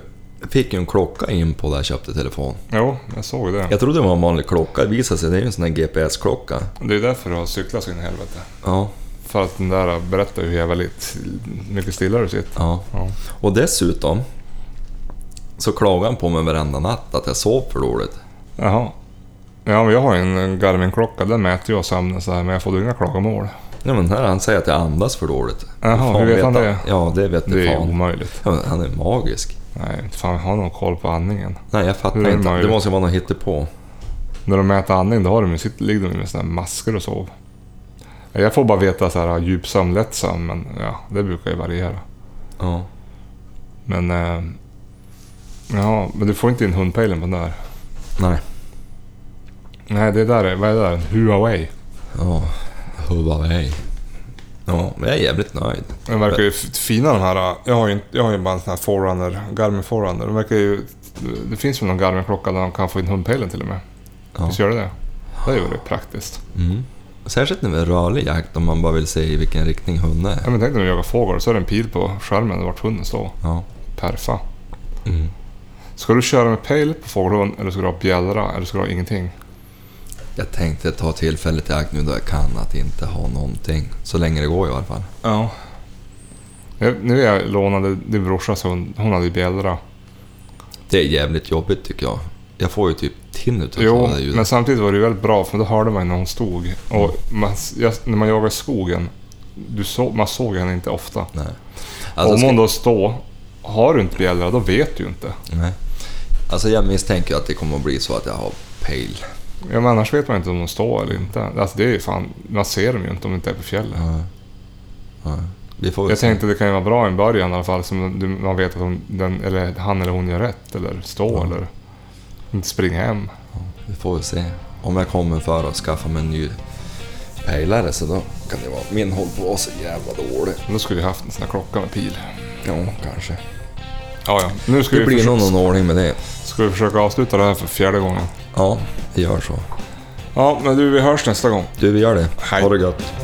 [SPEAKER 1] fick ju en klocka in på där jag köpte telefon.
[SPEAKER 3] Jo, jag såg det.
[SPEAKER 1] Jag trodde det var en vanlig klocka, det visade sig det är ju en sån där GPS-klocka.
[SPEAKER 3] Det är därför du har cyklat så in i helvete.
[SPEAKER 1] Ja,
[SPEAKER 3] För att den där berättar hur jävligt mycket stillare du sitter.
[SPEAKER 1] ja.
[SPEAKER 3] Ja.
[SPEAKER 1] Och dessutom så klagade han på mig varenda natt att jag sov för dåligt.
[SPEAKER 3] Jaha. Ja, men jag har ju en en Garmin-klocka. Den mäter jag sömnen så här, men jag får inga klagomål.
[SPEAKER 1] Nej men här han säger att jag andas för dåligt.
[SPEAKER 3] Jaha,
[SPEAKER 1] Fan
[SPEAKER 3] hur vet han det?
[SPEAKER 1] Ja, det vet
[SPEAKER 3] Det
[SPEAKER 1] det
[SPEAKER 3] är
[SPEAKER 1] fan.
[SPEAKER 3] omöjligt.
[SPEAKER 1] Ja, men han är magisk.
[SPEAKER 3] Nej, inte fan, jag har någon koll på andningen.
[SPEAKER 1] Nej, jag fattar
[SPEAKER 3] Hur är det
[SPEAKER 1] inte.
[SPEAKER 3] möjligt?
[SPEAKER 1] Det måste ju vara något hittepå.
[SPEAKER 3] När de mäter andning, då har de, ju- sitter, ligger de ju med såna här masker och så. Jag får bara veta så här djupsömn, lättsömn, men ja, det brukar ju variera.
[SPEAKER 1] Ja.
[SPEAKER 3] Men... Eh, ja, men du får inte in hundpejlen på den där.
[SPEAKER 1] Nej.
[SPEAKER 3] Nej, det där är... Vad är det där? En Huawei.
[SPEAKER 1] Ja. Huawei. Ja, men jag är jävligt nöjd.
[SPEAKER 3] De verkar ju f- fina de här. Jag har ju, inte- jag har ju bara en sån här Forerunner, Garmin Forerunner. De verkar ju... Det finns ju någon Garmin-klocka där de kan få in hundpejlen till och med.
[SPEAKER 1] Ja.
[SPEAKER 3] Visst gör det det? Det är ju väldigt praktiskt.
[SPEAKER 1] Mm. Särskilt när det är rörlig jakt om man bara vill se i vilken riktning hunden är.
[SPEAKER 3] Ja, men tänk när du jagar fågel så är det en pil på skärmen vart hunden står.
[SPEAKER 1] Ja.
[SPEAKER 3] Perfa.
[SPEAKER 1] Mm.
[SPEAKER 3] Ska du köra med pejl på fågelhund eller ska du ha bjällra eller ska du ha ingenting?
[SPEAKER 1] Jag tänkte ta tillfället i akt nu då jag kan att inte ha någonting. Så länge det går i alla fall.
[SPEAKER 3] Ja. Jag, nu är jag lånade din brorsas hund. Hon hade ju bjällra.
[SPEAKER 1] Det är jävligt jobbigt tycker jag. Jag får ju typ tinnitus
[SPEAKER 3] Jo,
[SPEAKER 1] av det där ljudet.
[SPEAKER 3] men samtidigt var det ju väldigt bra för då hörde man ju när hon stod. Och man, jag, när man jagar i skogen, du så, man såg henne inte ofta.
[SPEAKER 1] Nej. Alltså,
[SPEAKER 3] Om
[SPEAKER 1] ska...
[SPEAKER 3] hon då står, har du inte bjällra då vet du ju inte.
[SPEAKER 1] Nej. alltså jag misstänker att det kommer att bli så att jag har pejl.
[SPEAKER 3] Ja, men annars vet man inte om de står eller inte. Alltså det är ju fan, man ser dem ju inte om de inte är på fjället.
[SPEAKER 1] Ja. Ja. Vi får väl
[SPEAKER 3] Jag
[SPEAKER 1] se.
[SPEAKER 3] tänkte det kan ju vara bra i en början i alla fall, så man- du- man vet att hon, den, eller han eller hon gör rätt, eller står,
[SPEAKER 1] Ja.
[SPEAKER 3] eller inte springa hem.
[SPEAKER 1] Vi får väl se. Om jag kommer för att skaffa mig en ny pejlare så då kan det vara... Min håll på att vara så jävla dålig.
[SPEAKER 3] Men Då skulle vi haft en sån här klocka med pil.
[SPEAKER 1] Ja, kanske.
[SPEAKER 3] Ja, ja. Nu ska
[SPEAKER 1] Det
[SPEAKER 3] vi,
[SPEAKER 1] blir nog
[SPEAKER 3] försöka,
[SPEAKER 1] någon ordning med det.
[SPEAKER 3] ska vi försöka avsluta det här för fjärde gången.
[SPEAKER 1] Ja, vi gör så.
[SPEAKER 3] Ja, men du, vi hörs nästa gång.
[SPEAKER 1] Du, vi gör det.
[SPEAKER 3] Hej.
[SPEAKER 1] Ha det gött.